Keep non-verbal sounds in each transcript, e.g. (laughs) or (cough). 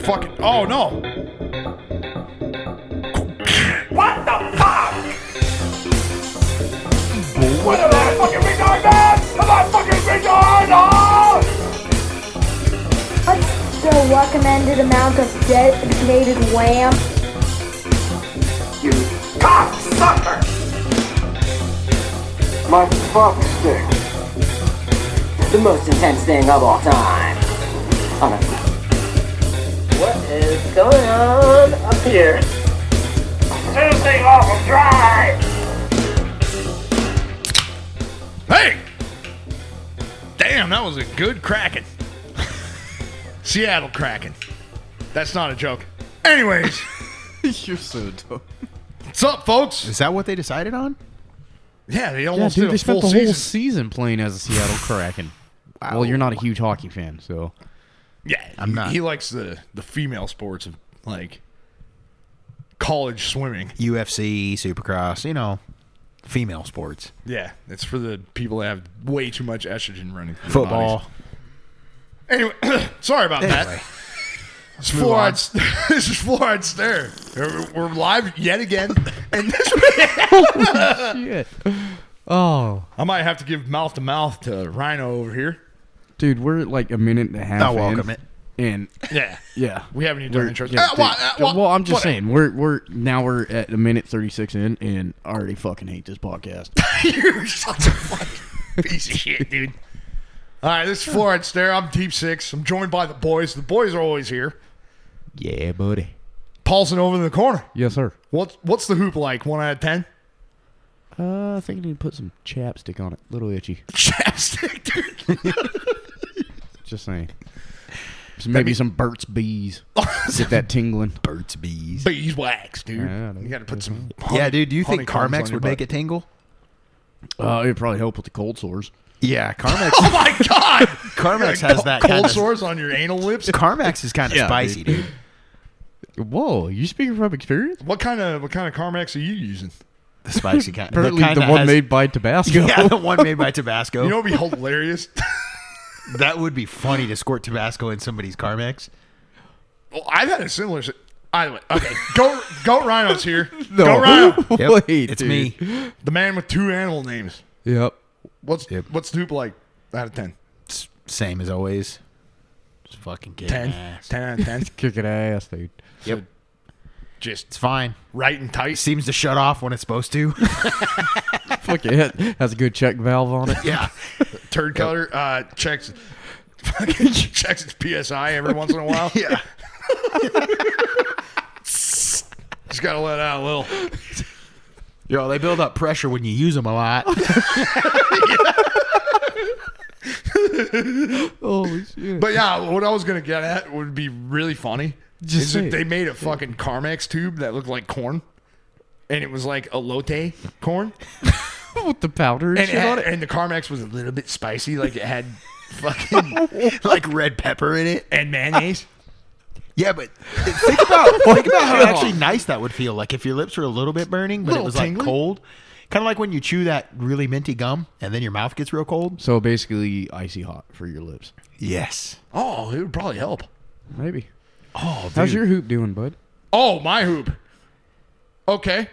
fucking. Oh no! What the fuck? What am I a fucking retard, man? Am I a fucking retard? Oh! What's the recommended amount of designated wham? You cocksucker! My fuck stick. The most intense thing of all time. On a what is going on up here? Seriously, awful dry! Hey! Damn, that was a good Kraken. (laughs) Seattle Kraken. That's not a joke. Anyways, (laughs) You're so dumb. what's up, folks? Is that what they decided on? Yeah, they Yeah, almost did dude, they a full spent the season. whole season playing as a Seattle Kraken. Well, you're not a huge hockey fan, so yeah, I'm he- not. He likes the the female sports of like college swimming. UFC, Supercross, you know, female sports, Yeah, it's for the people that have way too much estrogen running through their football. bodies. Anyway, (coughs) sorry about Anyway. that. It's fluoride. St- (laughs) this is fluoride stare. We're- We're live yet again, and this. shit. Oh, I might have to give mouth to mouth to Rhino over here. dude, we're like a minute and a half. I'll in, welcome it. And Yeah. (laughs) yeah, We haven't even done we're- intros. yeah, Ah, dude. wha- ah, wha- well, I'm just whatever. saying, we're we're now we're at a minute 36 in, and I already fucking hate this (laughs) podcast. (laughs) You're such a fucking piece of shit, dude. All right, this is Fluoride Stare. I'm Deep Six. I'm joined by the boys. The boys are always here. Yeah, buddy. Paulson over in the corner. yes, sir. What's what's the hoop like? One out of ten. (laughs) Uh, I think I need to put some chapstick on it. Little itchy. Chapstick, dude. (laughs) Just saying. So maybe some Burt's Bees. Get that tingling. Birds, bees. Beeswax, dude. Yeah, I know. you got to put some. yeah, dude. Do you think honeycombs on Carmex your would butt. make it tingle? Uh, it'd probably help with the cold sores. (laughs) Yeah, Carmex. (laughs) Oh my god! Carmex has that cold kind of- sores on your anal lips. Carmex is kind of Yeah, spicy, dude. Whoa, you speaking from experience? What kind of what kind of Carmex are you using? The spicy kind. Apparently, kind the one made by (laughs) Tabasco. Yeah, the one made by Tabasco. You know, what'd be (laughs) hilarious. that would be funny to squirt Tabasco in somebody's (laughs) Carmex. well, Oh, I've had a similar. si- Either way, okay. Go, go, Rhino's (laughs) here. No. Go, Rhino. Yep, Wait, it's dude. me. The man with two animal names. (laughs) Yep. What's Yep. what's Dupe like out of 10? It's same as always. Just fucking kick 10? ass. 10 out of (laughs) 10. Kicking ass, dude. Yep. It's Just fine. right and tight. Seems to shut off when it's supposed (laughs) to. (laughs) Fuck it. Has a good check valve (laughs) on it. yeah. Turd color uh, checks (laughs) fucking checks its PSI every once in a while. Yeah. (laughs) Just got to let out a little. Yo, they build up pressure when you use them a lot. Holy shit. But yeah, what I was going to get at would be really funny. Just is say if it. they made a fucking Carmex tube that looked like corn. And it was like elote (laughs) corn. (laughs) With the powder and, And, it shit had, on it. and the Carmex was a little bit spicy. Like it had (laughs) Oh. fucking (laughs) like red pepper in it. and mayonnaise. Yeah, but think about think about (laughs) how actually nice that would feel. Like if your lips were a little bit burning, but Little it was tingly. like cold. Kind of like when you chew that really minty gum and then your mouth gets real cold. So basically, icy hot for your lips. Yes. Oh, it would probably help. Maybe. Oh, dude. How's your hoop doing, bud? Oh, my hoop. Okay.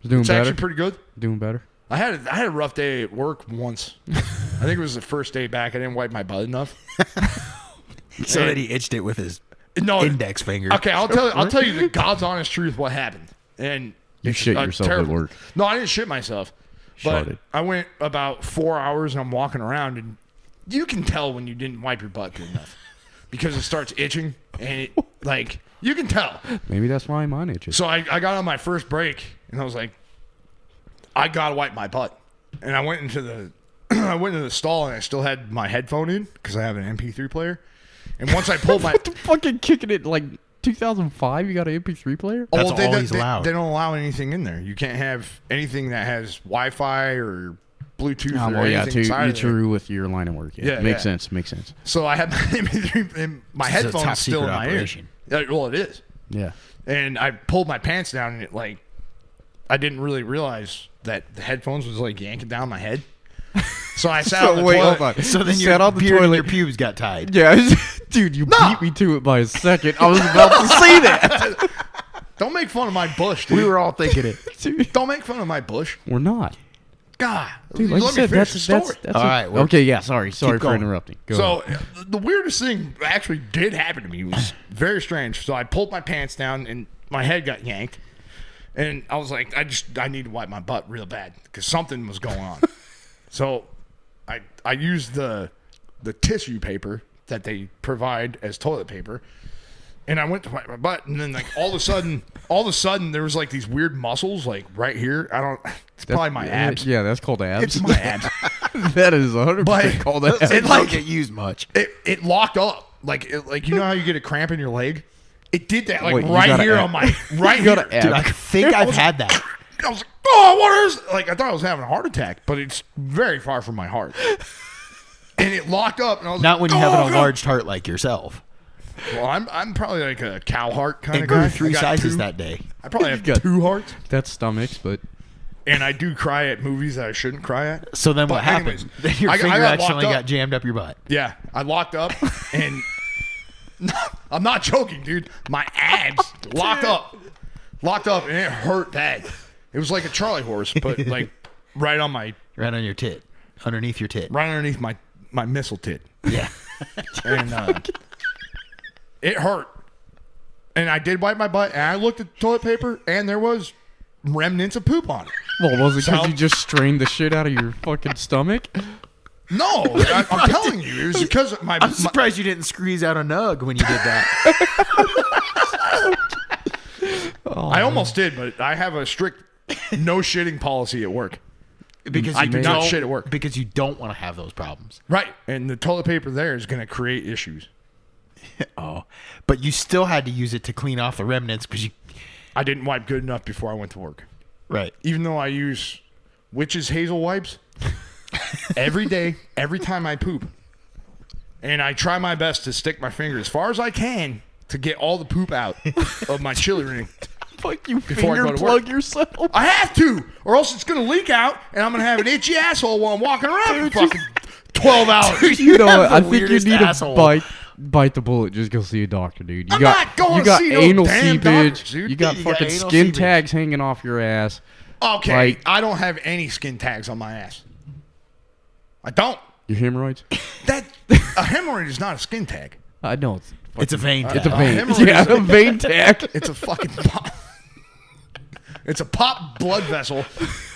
It's doing It's better. actually pretty good. doing better. I had a, I had a rough day at work (laughs) once. I think it was the first day back. I didn't wipe my butt enough. so that he itched it with his No index finger. Okay, I'll tell I'll tell you the God's honest truth what happened. And You it's shit a yourself at work. No, I didn't shit myself. But Sharded. I went about four hours and I'm walking around and you can tell when you didn't wipe your butt good enough because it starts itching and (laughs) it like you can tell. Maybe that's why mine itches. (laughs) So I, I got on my first break and I was like, I gotta wipe my butt. And I went into the (clears throat) I went into the stall and I still had my headphone in because I have an MP3 player. And once I pulled oh (laughs) my (laughs) fucking kicking it like 2005. You got an MP3 player? Oh, That's they, all don't- he's they- allowed. They, don't allow anything in there. You can't have anything that has Wi-Fi or Bluetooth Oh, or well, yeah, anything too, inside you of there. true with your line of work. Yeah, Yeah, makes yeah. sense. Makes sense. So I had (laughs) my MP3 in my This is a top headphones still in secret my operation. ear. Yeah, well, it is. Yeah. and I pulled my pants down and it like I didn't really realize that the headphones was like yanking down my head. So I sat on the toilet. So then your, Sat on the beard and toilet. your pubes got tied. Yeah, dude, you beat me to it by a second. I was about to say that. Don't make fun of my bush, dude. We were all thinking it. (laughs) Dude, Don't make fun of my bush. We're not. God, Dude, like let me you said, finish that's, the that's, story. that's All a- right, well, okay, yeah, sorry. Sorry for going. interrupting. Go So ahead. uh, the weirdest thing actually did happen to me It was very strange. So I pulled my pants down and my head got yanked, and I was like, I just I need to wipe my butt real bad because something was going (laughs) on. so I I used the the tissue paper that they provide as toilet paper. And I went to wipe my butt, and then like all of a sudden, all of a sudden, there was like these weird muscles like right here. I don't. It's probably my Yeah, abs. Yeah, that's called abs. It's (laughs) my abs. that is 100% But- called (laughs) abs. It, it like- don't get used much. it, it locked up like it, like you know how you get a cramp in your leg it did that like Wait, you right gotta here add- on (laughs) my right You gotta here add- Dude, (laughs) I think I've had that. I was like oh what is like I thought I was having a heart attack but it's very far from my heart and it locked up and I was Not when you like, have "Oh, an God." enlarged heart like yourself. well I'm I'm probably like a cow heart kind It of guy grew I three got sizes two. that day. I (laughs) probably have got- two hearts That's stomachs, but and I do cry at movies that I shouldn't cry at So then But what anyways, happened? (laughs) Then your I- I finger got locked accidentally up. got jammed up your butt. Yeah, I locked up and (laughs) I'm not joking, dude. My abs locked up, locked up, and it hurt bad. It was like a Charlie horse, (laughs) but like right on my Right on your tit. Underneath your tit. right underneath my my missile tit, (laughs) Yeah. and uh, it hurt. And I did wipe my butt, and I looked at the toilet paper, and there was remnants of poop on it. well, was it because So- you just strained the shit out of your fucking stomach? No, (laughs) I, I'm telling you, it was because of my, I'm my surprised you didn't squeeze out a nug when you did that. I almost did, but I have a strict no shitting policy at work. (laughs) because I you do not don't- shit at work. Because you don't want to have those problems. Right. And the toilet paper there is going to create issues. Oh. But you still had to use it to clean off the remnants because you. I didn't wipe good enough before I went to work. Right. Even though I use witch's hazel wipes (laughs) every day, every time I poop. And I try my best to stick my finger as far as I can to get all the poop (laughs) out of my chili ring. Fuck you, Before I go finger to plug work. yourself. (laughs) I have to, or else it's going to leak out and I'm going to have an itchy asshole while I'm walking around for fucking (laughs) 12 hours. You know have what? the I think you weirdest need to asshole. bite bite the bullet. Just go see a doctor, dude. You I'm got not going you got to see no anal damn seepage. doctors, dude. You got You got fucking anal skin seepage. tags hanging off your ass. Okay. Like- I don't have any skin tags on my ass. I don't. Your hemorrhoids. That a hemorrhoid is not a skin tag. I know Uh, it's (laughs) It's a vein. it's a Uh, a vein. (laughs) hemorrhoid yeah, is a- a vein tag. It's a fucking (laughs) pop. It's a pop blood vessel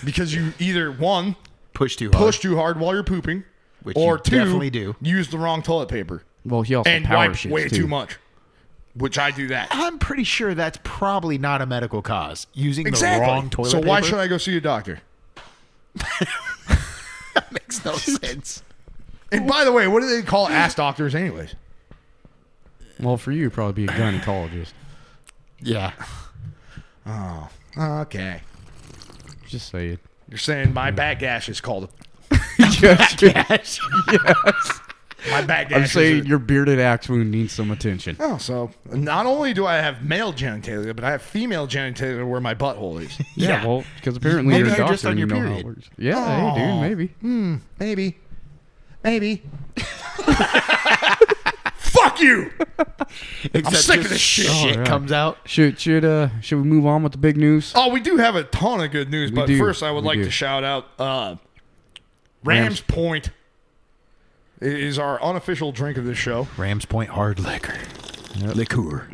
because you either one Push too hard. push too hard while you're pooping, Which or you two definitely do. use the wrong toilet paper Well, he also and power wipe shits, way too. too much, which I do that. (laughs) I'm pretty sure that's probably not a medical cause. Using Exactly. the wrong toilet so why paper should I go see a doctor? (laughs) (laughs) makes no sense. And by the way, what do they call ass doctors anyways? Well, for you, it'd probably be a (laughs) gynecologist. Yeah. Okay, Just (laughs) say it. you're saying my back ash is called yes, Yes. my back ash. I'm is saying a- your bearded axe wound needs some attention. Oh, so not only do I have male genitalia, but I have female genitalia where my butthole is. (laughs) Yeah. well, because apparently Maybe you're you're a doctor just on and your you know how period. it works. Yeah, hey, dude, maybe. Maybe. Maybe. Fuck you! I'm sick of this shit. Shit All right. comes out. Should should uh should we move on with the big news? Oh, we do have a ton of good news, but do. first I would We like do. to shout out uh, Rams Rams. Point is our unofficial drink of this show. Rams Point hard liquor. Liqueur.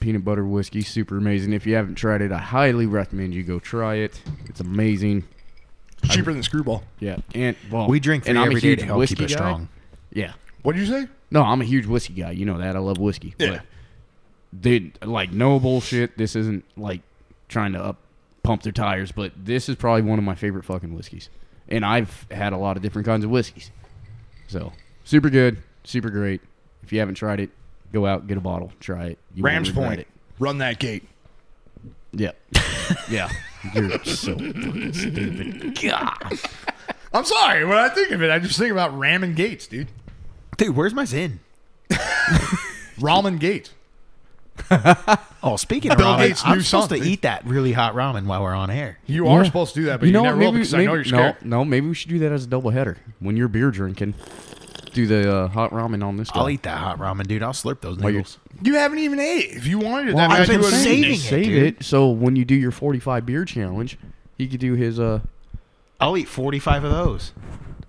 Peanut butter whiskey, super amazing. If you haven't tried it, I highly recommend you go try it. It's amazing. Cheaper than Screwball. Yeah, and well, We drink three and I'm every a day huge to help whiskey keep us guy. strong. Yeah, What did you say? no, I'm a huge whiskey guy. You know that. I love whiskey. Yeah. But dude, like no bullshit. This isn't like trying to up pump their tires, but this is probably one of my favorite fucking whiskeys. And I've had a lot of different kinds of whiskeys. So super good, super great. If you haven't tried it, go out get a bottle, try it. You won't Rams regret Point. It. Run that gate. Yep. (laughs) yeah. You're so fucking stupid. God. (laughs) I'm sorry. When I think of it, I just think about ramming gates, dude. Dude, where's my Zin? Ramen gates. Oh, speaking of Bill ramen, Gates' I'm new supposed son. to eat that really hot ramen while we're on air. You are supposed to do that, but you, know what, never will because I know you're maybe- scared. No, no, maybe we should do that as a double header. When you're beer drinking, do the uh, hot ramen on this. I'll guy. eat that hot ramen, dude. I'll slurp those While you're- noodles. You haven't even ate it. If you wanted it, Well, that means I've been you would've eaten it. saving it, Save dude. it so when you do your 45 beer challenge, he could do (laughs) his. uh I'll eat 45 of those.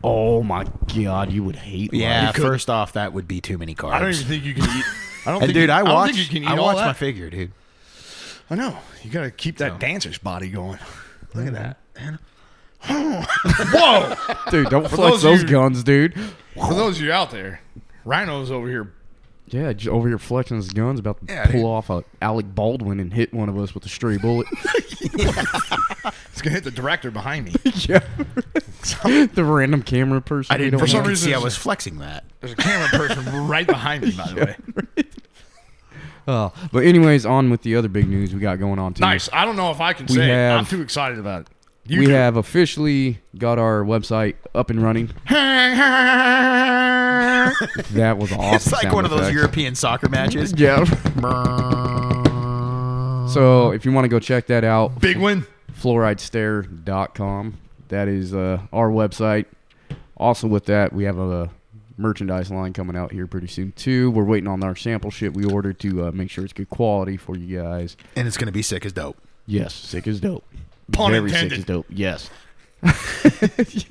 Oh my god, you would hate. life. Yeah, first off, that would be too many carbs. I don't even think you can eat. I don't and think dude, you, I don't watch. think you can eat I all watch that. my figure, dude. I know. You gotta keep that dancer's body going. Look at that. (laughs) Whoa! dude, don't those flex of those you- guns, dude. For those of you out there, Rhino's over here. Yeah, j- over here flexing his guns, about to Yeah, pull dude. off a Alec Baldwin and hit one of us with a (laughs) stray bullet. It's gonna hit the director behind me. yeah, (laughs) the random camera person. I we didn't. For don't some know. reason, see, I it's- was flexing that. There's a camera person (laughs) right behind me, by the (laughs) way. Uh, but anyways, on with the other big news we got going on. Too. Nice. I don't know if I can say it. I'm have- too excited about it. You We do. have officially got our website up and running. That was (laughs) awesome. It's like sound one of those effect. European soccer matches. Yeah. so if you want to go check that (laughs) out, Big win. fluoridestare.com. That is uh, our website. Also, with that, we have a merchandise line coming out here pretty soon, too. We're waiting on our sample shit we ordered to uh, make sure it's good quality for you guys. (laughs) and it's gonna be sick as dope. Yes, sick is dope. Pun Very sick intended. is dope. (laughs) Yes.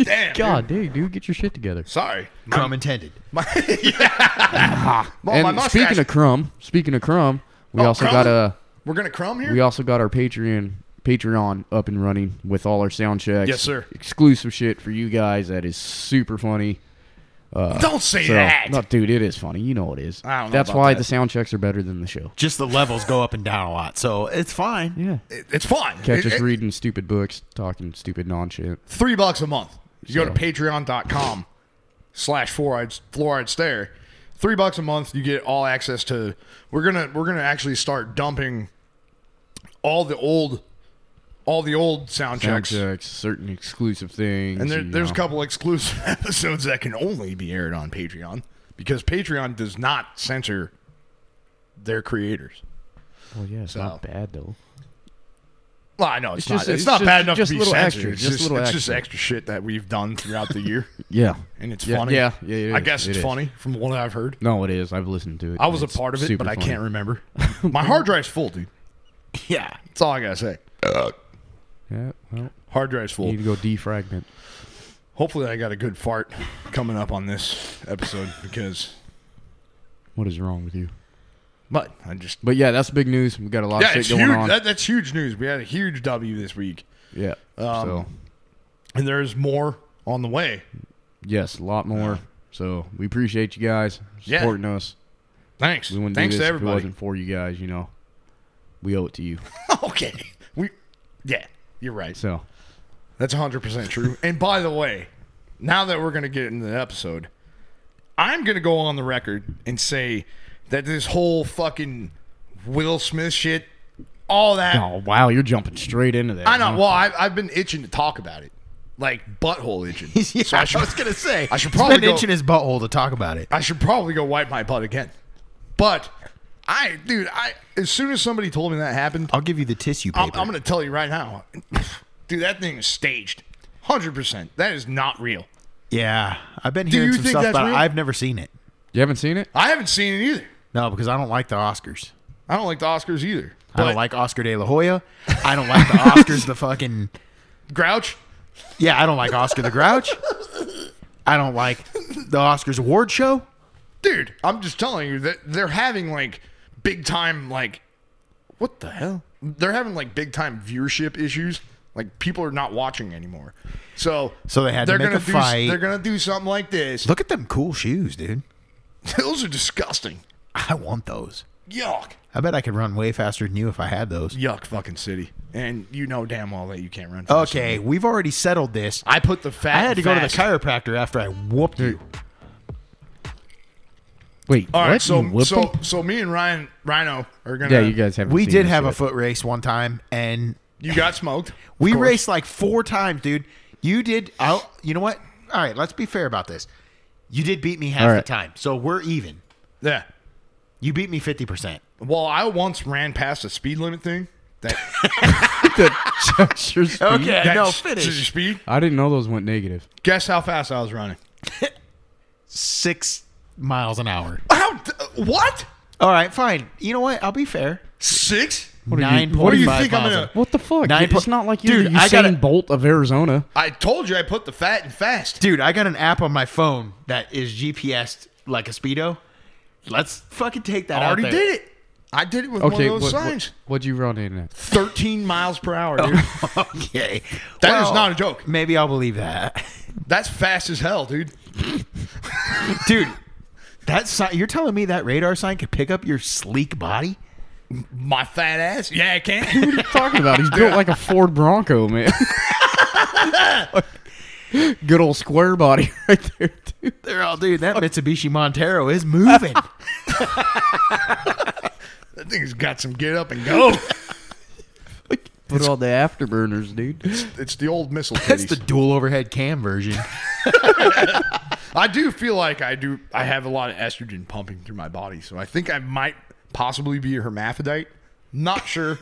Damn. God, dude, dude, get your shit together. (laughs) Sorry. (laughs) Crumb intended. Well, Oh, my and mustache. speaking of crumb, speaking of crumb, we Oh, also crumb? got a we're gonna crumb here. we also got our Patreon Patreon up and running with all our sound checks. Yes, sir. Exclusive shit for you guys that is super funny. don't say So, that. no, dude, it is funny. You know it is. I don't know That's about why that. the sound checks are better than the show. Just the levels go up and down a lot, so it's fine. Yeah. It- it's fine. Catch It- us it- reading stupid books, talking stupid nonsense. three bucks a month. You go to So- patreon.com slash fluoride fluoride stare. Three bucks a month, you get all access to we're gonna we're gonna actually start dumping all the old all the old sound, Sound checks. checks, certain exclusive things. And there, you there's a know. couple exclusive (laughs) episodes that can only be aired on Patreon because Patreon does not censor their creators. Well, yeah, it's not So. bad though. Well, I know it's, It's not. just- it's, it's not just- bad enough just to be little censored. extra, it's just just, little it's just extra. extra shit that we've done throughout the year, (laughs) Yeah. and it's Yeah, funny. yeah, yeah, it I is, guess it it's is. funny from what I've heard. No, it is. I've listened to it. I was a It's part of it, super but I funny. can't remember. (laughs) My hard drive's full, dude. Yeah. That's all I gotta say. Yeah, well, Hard drive's you full. need to go defragment. Hopefully, I got a good fart coming up on this episode because, What is wrong with you? but I just But yeah, that's big news. We got a lot yeah, of shit it's going huge. on. That, that's huge news. We had a huge W this week, yeah. Um, so and there's more on the way. yes, a lot more. So we appreciate you guys Yeah. supporting us. Thanks. We wouldn't Thanks do this to if it everybody. wasn't for you guys. You know, we owe it to you. (laughs) okay, we yeah, you're right. So That's 100% true. and by the way, now that we're going to get into the episode, I'm going to go on the record and say that this whole fucking Will Smith shit, all that. (laughs) oh wow, you're jumping straight into that. I know. huh? Well, I, I've been itching to talk about it, like butthole itching. (laughs) (laughs) yeah so I I should, was gonna say. I should he's probably been go- itching his butthole to talk about it. I should probably go wipe my butt again. But I, dude, I as soon as somebody told me that happened, I'll give you the tissue I'm, paper. I'm going to tell you right now, dude, that thing is staged, hundred percent. That is not real. yeah, I've been hearing you some think stuff that's about it. real? I've never seen it. You haven't seen it? I haven't seen it either. No, because I don't like the Oscars. I don't like the Oscars either. I But- don't like Oscar De La Hoya. I don't like the Oscars. the fucking Grouch. yeah. I don't like Oscar the Grouch. I don't like the Oscars award show. Dude, I'm just telling you that they're having like big time like what the hell? They're having like big time viewership issues. Like people are not watching anymore. So So they had to they're make gonna a do, fight. They're gonna do something like this. Look at them cool shoes, dude. (laughs) Those are disgusting. I want those. Yuck. I bet I could run way faster than you if I had those. Yuck fucking city. And you know damn well that you can't run. fast. Okay, we've already settled this. I put the fat. I had to go to the fast- chiropractor after I whooped you. Wait, All right, what? You so whipped so them? so me and Ryan Rhino are gonna. yeah, you guys haven't. We seen did this have a yet. foot race one time, and You got smoked. we Of course. raced like four times, dude. You did. I. You know what? All right, let's be fair about this. You did beat me half All the right. time, so we're even. Yeah. You beat me fifty percent. Well, I once ran past a speed limit thing. That, (laughs) Judge your speed. Okay, that (laughs) no, s- s- finish. speed. I didn't know those went negative. Guess how fast I was running. Six miles an hour. How? d- What? All right, fine. You know what? I'll be fair. Six? Nine What do you point five think I'm miles. gonna- an- What the fuck? Nine it's po- not like you're Dude, Usain I gotta- Bolt of Arizona. I told you I put the fat and fast. Dude, I got an app on my phone that is GPSed like a speedo. Let's fucking take that I already out there. did it. I did it with Okay, one of what, those what, signs. what'd you run in at? 13 miles per hour, dude. (laughs) Okay. That is not a joke. Maybe I'll believe that. (laughs) That's fast as hell, dude. Dude, that sign, you're telling me that radar sign could pick up your sleek body? My fat ass. Yeah, I can. talking about? He's built like a Ford (laughs) Bronco, man. Good old square body (laughs) right there, dude. They're all, dude, that Mitsubishi Montero is (laughs) moving. that thing's got some get up and go. Oh. Put all the afterburners, dude. (laughs) It's the old missile That's titties. the dual overhead cam version. I do feel like I do. I have a lot of estrogen pumping through my body, so I think I might possibly be a hermaphrodite. Not sure.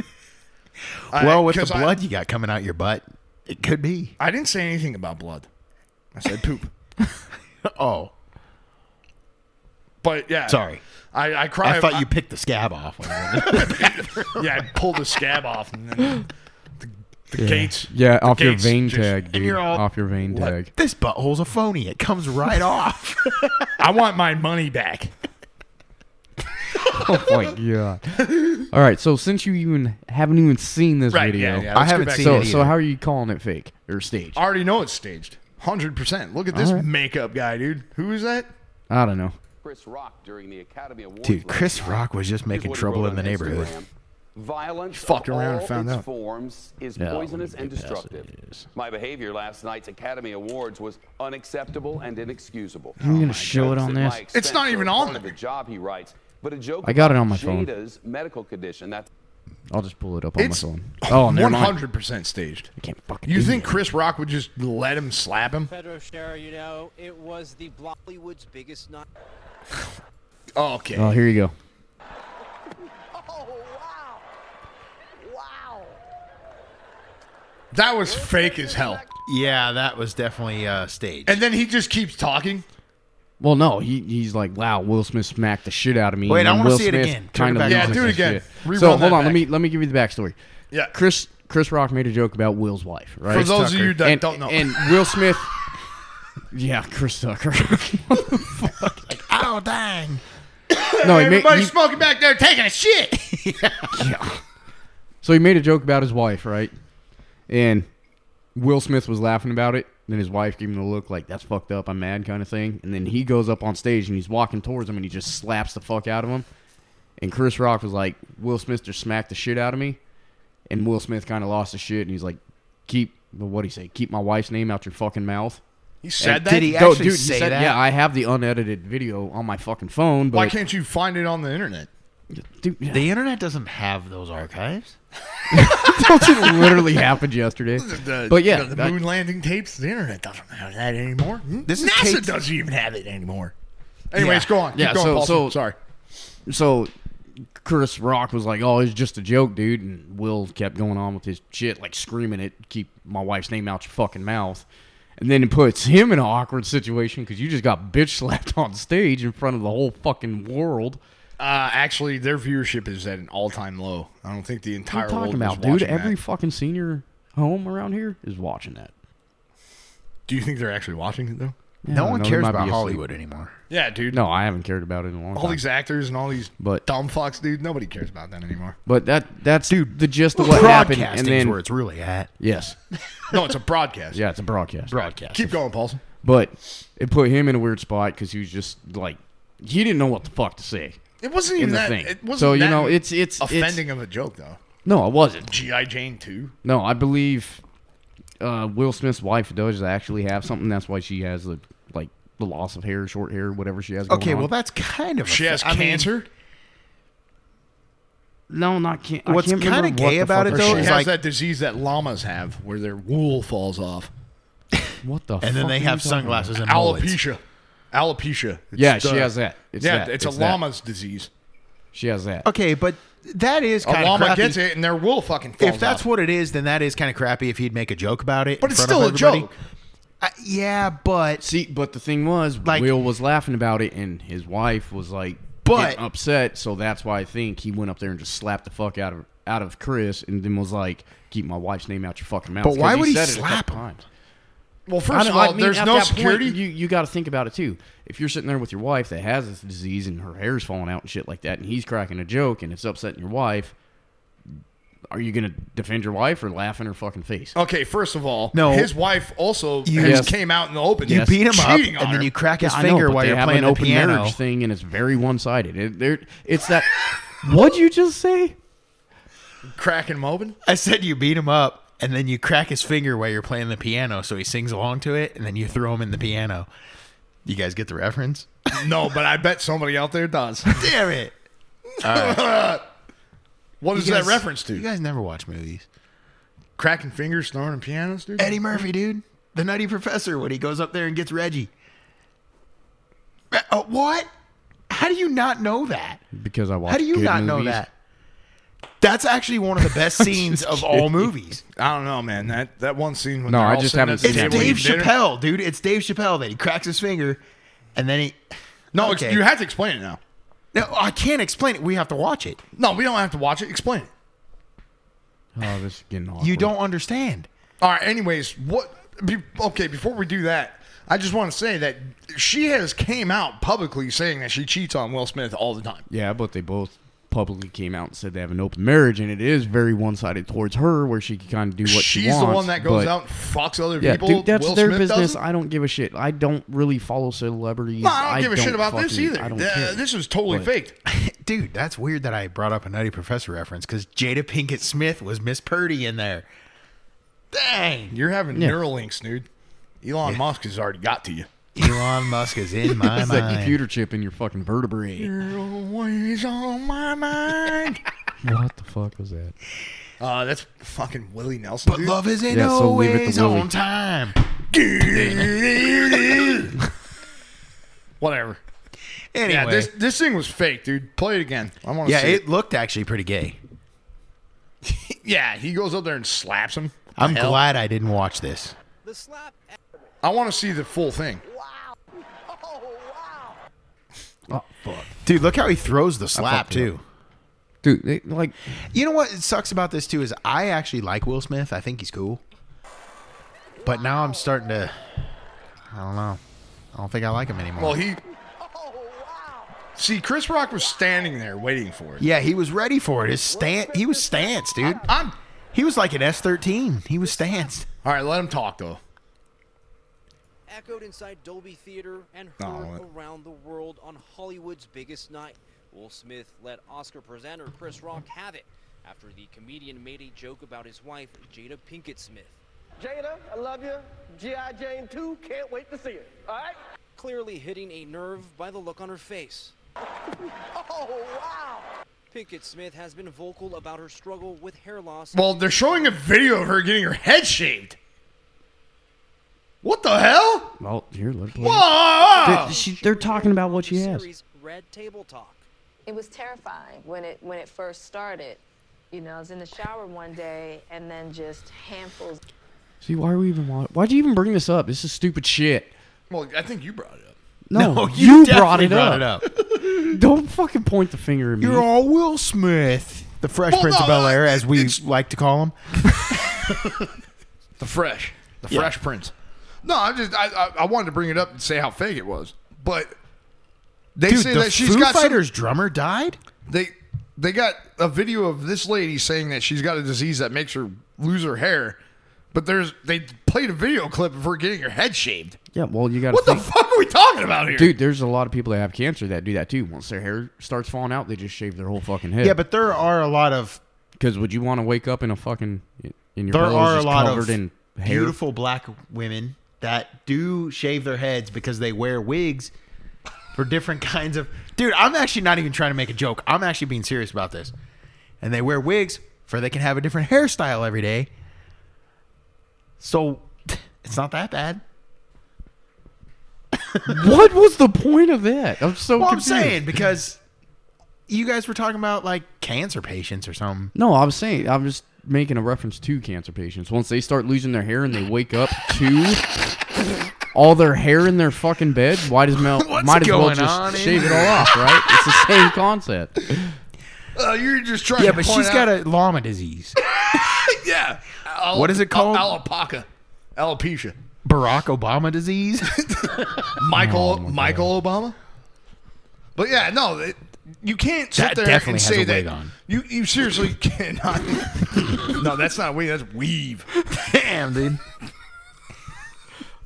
I- (laughs) (laughs) well, with the 'cause I- blood you got coming out your butt, it could be. I, didn't say anything about blood. I said (laughs) poop. Oh, But yeah, sorry. I, I cry. I, thought you picked the scab off. Yeah, I pulled the scab off and then the, the gates. Yeah, off your gates vein just- tag, dude. you're all- off your vein tag. this butthole's a phony. It comes (laughs) right off. I want my money back. Oh my (laughs) god. All right, so since you even haven't even seen this Right, video, yeah, yeah. Let's I get haven't back seen to it so this. either. so how are you calling it fake or staged? I already know it's staged. Hundred percent. Look at this Alright. makeup guy, dude. Who is Oh, that? I don't know. Chris Rock during the Academy Awards. Dude, last Chris night. Rock was just Here's making what he trouble wrote in the on neighborhood. Instagram. Violence Fucked of around and all found its out. forms is Yeah, let me poisonous and get past it, destructive. yes. My behavior last night's Academy Awards was unacceptable and inexcusable. Oh you gonna show it on this? It's not even on the there. job he writes, but a joke. I got it about on my phone. Jada's medical condition. That's I'll just pull it up on It's my phone. Oh, never one mind. hundred percent staged. I can't fucking You do think that. Chris Rock would just let him slap him? Pedro Scherer, you know, it was the Bollywood's biggest night. Oh, (laughs) okay. Oh, here you go. That was fake as hell. Yeah, that was definitely uh, staged. And then he just keeps talking. Well, no, he, he's like, wow, Will Smith smacked the shit out of me. Wait, and I then wanna Will see it Smith again. Turn kinda it back on. loses Yeah, do it his again. shit. Rerun So that hold on, back. let me let me give you the backstory. Yeah. Chris Chris Rock made a joke about Will's wife, right? For those of you that and, don't know, and Will Smith. Yeah, Chris Tucker. (laughs) oh, dang. no, he made, everybody's he- smoking back there, taking a shit. so he made a joke about his wife, right? And Will Smith was laughing about it. Then his wife gave him the look like that's fucked up, I'm mad kind of thing. And then he goes up on stage and he's walking towards him and he just slaps the fuck out of him. And Chris Rock was like, Will Smith just smacked the shit out of me. And Will Smith kind of lost his shit and he's like, keep what do you say? Keep my wife's name out your fucking mouth. He said that. Did he No, actually he say said- that? Yeah, I have the unedited video on my fucking phone. But Why can't you find it on the internet? dude, the internet doesn't have those archives. (laughs) it literally happened yesterday. The, but yeah, the, I- moon landing tapes. The internet doesn't have that anymore. Hmm? This is NASA Kate's- doesn't even have it anymore. Anyways, Yeah. go on. Keep Yeah, going, so- Paulson. so- sorry. so Chris Rock was like, "Oh, it's just a joke, dude," and Will kept going on with his shit, like screaming it, "Keep my wife's name out your fucking mouth." And then it puts him in an awkward situation because you just got bitch slapped (laughs) on stage in front of the whole fucking world. Uh, actually, their viewership is at an all-time low. I don't think the What entire are you talking world about, was dude? watching that. Every fucking senior home around here is watching that. Do you think they're actually watching it though? no I one know, they cares might about be asleep. Hollywood anymore. Yeah, dude. No, I haven't cared about it in a long All time. these actors and all these But- dumb fucks, dude. Nobody cares about that (laughs) anymore. but that that's dude the gist of what happened. And Broadcasting's then where it's really at. yes, No, it's a broadcast. yeah, it's a (laughs) broadcast. Broadcast. Keep going, Paulson. But it put him in a weird spot because he was just like he didn't know what the fuck to say It wasn't in even the that. thing. It wasn't so you that know, it's it's it's- offending of a joke though. no, it wasn't. GI Jane two. No, I believe uh, Will Smith's wife does actually have something. That's why she has the like the loss of hair, short hair, whatever she has. Going Okay, on. well that's kind of. She has I mean, cancer. no, not can What's I can't remember kinda what gay the about it, fuck or her she though, shit- has is like- that disease that llamas have, where their wool falls off. what the and then fuck are they have you talking about? sunglasses and mullets. Alopecia. Alopecia. It's Yeah, she the- has that. It's yeah, that. it's, It's a that. llama's disease. She has that. Okay, but that is A kind of llama crappy. gets it, and their wool fucking falls If that's out. what it is, then that is kind of crappy. If he'd make a joke about it, But in it's front of still a everybody. joke. I- yeah, but See, but the thing was, Like- Will was laughing about it, and his wife was like, But- getting upset. So that's why I think he went up there and just slapped the fuck out of out of Chris, and then was like, "Keep my wife's name out your fucking mouth." But why 'Cause would he said it a slap couple him? times. well, first I of know, I all, mean, there's at no that point, security. you you got to think about it too. If you're sitting there with your wife that has this disease and her hair's falling out and shit like that, and he's cracking a joke and it's upsetting your wife, are you gonna defend your wife or laugh in her fucking face? okay, first of all, No. his wife also You- has Yes. came out in the open. you Yes. beat him up Cheating and on then her. you crack his I know, finger but while they you're have playing an the open piano. marriage thing, and it's very one sided. It, there- it's (laughs) that. What'd you just say? cracking him open. I said you beat him up and then you crack his finger while you're playing the piano, so he sings along to it, and then you throw him in the piano. You guys get the reference? No, but I bet somebody out there does. Damn it! What is You that guys- reference to? You guys never watch movies. cracking fingers, snoring on pianos, dude. Eddie Murphy, dude, the Nutty Professor, when he goes up there and gets Reggie. Uh, what? How do you not know that? Because I watched. How do you good not know movies. that? That's actually one of the best (laughs) scenes of all movies. I don't know, man. That that one scene when No, they're I all just sitting haven't at the seen It's Yeah, table well, Dave eating dinner. Chappelle, dude. It's Dave Chappelle that he cracks his finger, and then he. No, Okay. ex- you have to explain it now. No, I can't explain it. We have to watch it. No, we don't have to watch it. Explain it. Oh, this is getting awkward. You don't understand. (laughs) All right. Anyways, what? Be, okay, before we do that, I just want to say that she has came out publicly saying that she cheats on Will Smith all the time. Yeah, but they both publicly came out and said they have an open marriage, and it is very one sided towards her, where she can kind of do what she She's wants. the one that goes but- out and fucks other Yeah, people. dude, that's Will their Smith business. doesn't? I don't give a shit. I don't really follow celebrities. No, I don't give a shit about this fucking- either. I don't Uh, care. This was totally But- faked. Dude, that's weird that I brought up a Nutty Professor reference because Jada Pinkett Smith was Miss Purdy in there. Dang. You're having Yeah. neural Neuralinks, dude. Elon Musk has already got to you. Elon Musk is in my (laughs) It's that mind. computer chip in your fucking vertebrae. You're always on my mind. what the fuck was that? Uh, that's fucking Willie Nelson. But dude. love isn't Yeah, so leave it to always Willie. on time. Whatever. (laughs) Anyway, Yeah, yeah, this this thing was fake, dude. Play it again. I want to see. it It, looked actually pretty gay. yeah, he goes up there and slaps him. I'm Hell. glad I didn't watch this. The slap. I want to see the full thing. Dude, look how he throws the slap, too. Dude, they, like, You know what sucks about this, too, is I actually like Will Smith. I think he's cool. But now I'm starting to. I don't know. I don't think I like him anymore. Well, he. See, Chris Rock was standing there waiting for it. Yeah, he was ready for it. His stance, he was stance, dude. I'm. He was like an S thirteen. He was stance. All right, let him talk though. echoed inside Dolby Theater and Oh, heard what- around the world on Hollywood's biggest night. Will Smith let Oscar presenter Chris Rock have it after the comedian made a joke about his wife, Jada Pinkett Smith. Jada, I love you. G.I. Jane 2, can't wait to see it. All right? Clearly hitting a nerve by the look on her face. (laughs) Oh, wow. Pinkett Smith has been vocal about her struggle with hair loss. Well, they're showing a video of her getting her head shaved. What the hell? Ah! well, here, let it play. Oh, Whoa! They, she, they're talking about what she has. series Red Table Talk. It was terrifying when it when it first started. You know, I was in the shower one day and then just handfuls. See, why are we even? wa- Why'd you even bring this up? This is stupid shit. Well, I think you brought it up. No, you, brought, definitely it, up. it up. Don't fucking point the finger at me. You're all Will Smith, the Mm-hmm. Fresh Well, Prince no, of Bel Air, as we it's- like to call him. The Fresh, the Fresh Prince. No, I'm just I, I I wanted to bring it up and say how fake it was, but they Dude, say the that she's Foo got some- Fighters drummer died. they they got a video of this lady saying that she's got a disease that makes her lose her hair, but there's they played a video clip of her getting her head shaved. yeah, well, you got. What the fuck are we talking about here, Dude, there's a lot of people that have cancer that do that too. Once their hair starts falling out, they just shave their whole fucking head. Yeah, but there are a lot of because would you want to wake up in a fucking in your there pillows are a just lot covered of in hair? (laughs) beautiful black women that do shave their heads because they wear wigs for different (laughs) kinds of. Dude, I'm actually not even trying to make a joke. I'm actually being serious about this. And they wear wigs for they can have a different hairstyle every day. So (laughs) it's not that bad. What was the point of that? I'm so Well, I'm confused. saying because you guys were talking about like cancer patients or something. No, I was saying I'm just making a reference to cancer patients. Once they start losing their hair and they wake up to all their hair in their fucking bed, why does Mel (laughs) What's might as well going on just in shave it all there? off, right? It's the (laughs) same concept. Uh, you're just trying Yeah, to but point she's out- got a llama disease. Yeah. Al- What is it called? Al- Alapaca. Alopecia. Barack Obama (laughs) disease. Michael Michael Obama. But yeah, no, it, you can't sit That there definitely and has say a wig that on. you you seriously (laughs) (laughs) cannot. no, that's not wig. That's weave. Damn, dude.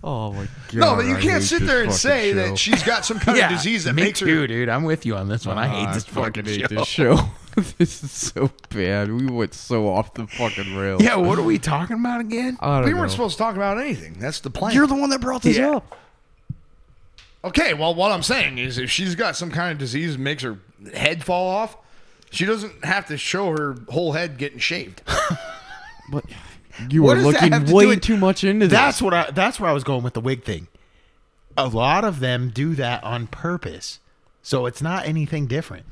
Oh my god. No, but you can't sit there and say that she's got some kind (laughs) Yeah, of disease that me makes her. too, dude. I'm with you on this one. I hate this fucking fucking show. hate this show. (laughs) this is so bad. We went so off the fucking rails. Yeah, what are we talking about again? I don't We know. weren't supposed to talk about anything. That's the plan. You're the one that brought this Yeah. up. okay, well, what I'm saying is if she's got some kind of disease that makes her head fall off, she doesn't have to show her whole head getting shaved. But you What are does that looking have to do way with- too much into That's this. what I. That's where I was going with the wig thing. A lot of them do that on purpose, so it's not anything different.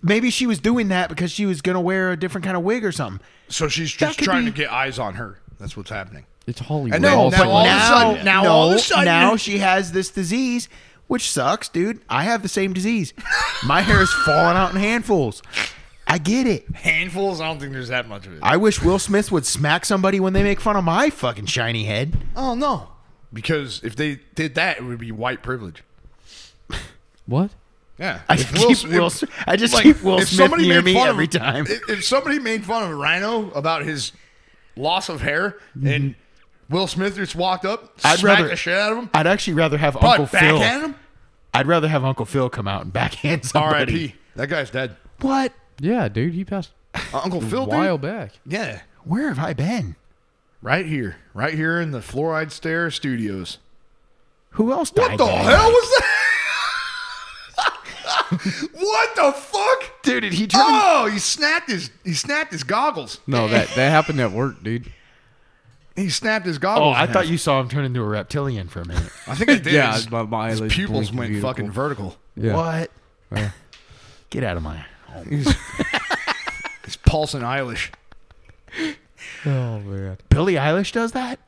Maybe she was doing that because she was gonna wear a different kind of wig or something. So she's That just could trying be- to get eyes on her. That's what's happening. It's Hollywood. And then also. now all of a now, sudden- now no, all of a sudden- now she has this disease, which sucks, dude. I have the same disease. My hair is falling out in handfuls. I get it. Handfuls? I don't think there's that much of it. I wish Will Smith would smack somebody when they make fun of my fucking shiny head. oh, no. Because if they did that, it would be white privilege. (laughs) what? Yeah. I If just keep Will if- Smith- I just keep Will if Smith somebody near made me fun of- every time. If, if somebody made fun of Rhino about his loss of hair and Will Smith just walked up, Mm-hmm. I'd smacked rather- the shit out of him, I'd actually rather have probably Uncle Phil. backhand him. I'd rather have Uncle Phil come out and (laughs) backhand somebody. R.I.P. That guy's dead. What? Yeah, dude, he passed Uh, Uncle a Phil, while dude? back. Yeah. Where have I been? Right here. Right here in the Fluoride Stair Studios. Who else? What died the that hell night? was that? (laughs) what the fuck? Dude, did he turn? Oh, he snapped his he snapped his goggles. No, that that happened at (laughs) work, dude. He snapped his oh, goggles. I in thought half. you saw him turn into a reptilian for a minute. (laughs) I (laughs) think I did. Yeah, his, my- my his eyelids pupils blinked went beautiful. fucking vertical. Yeah. What? (laughs) Get out of my. It's Paulson Eilish. Oh man. Billie Eilish does that?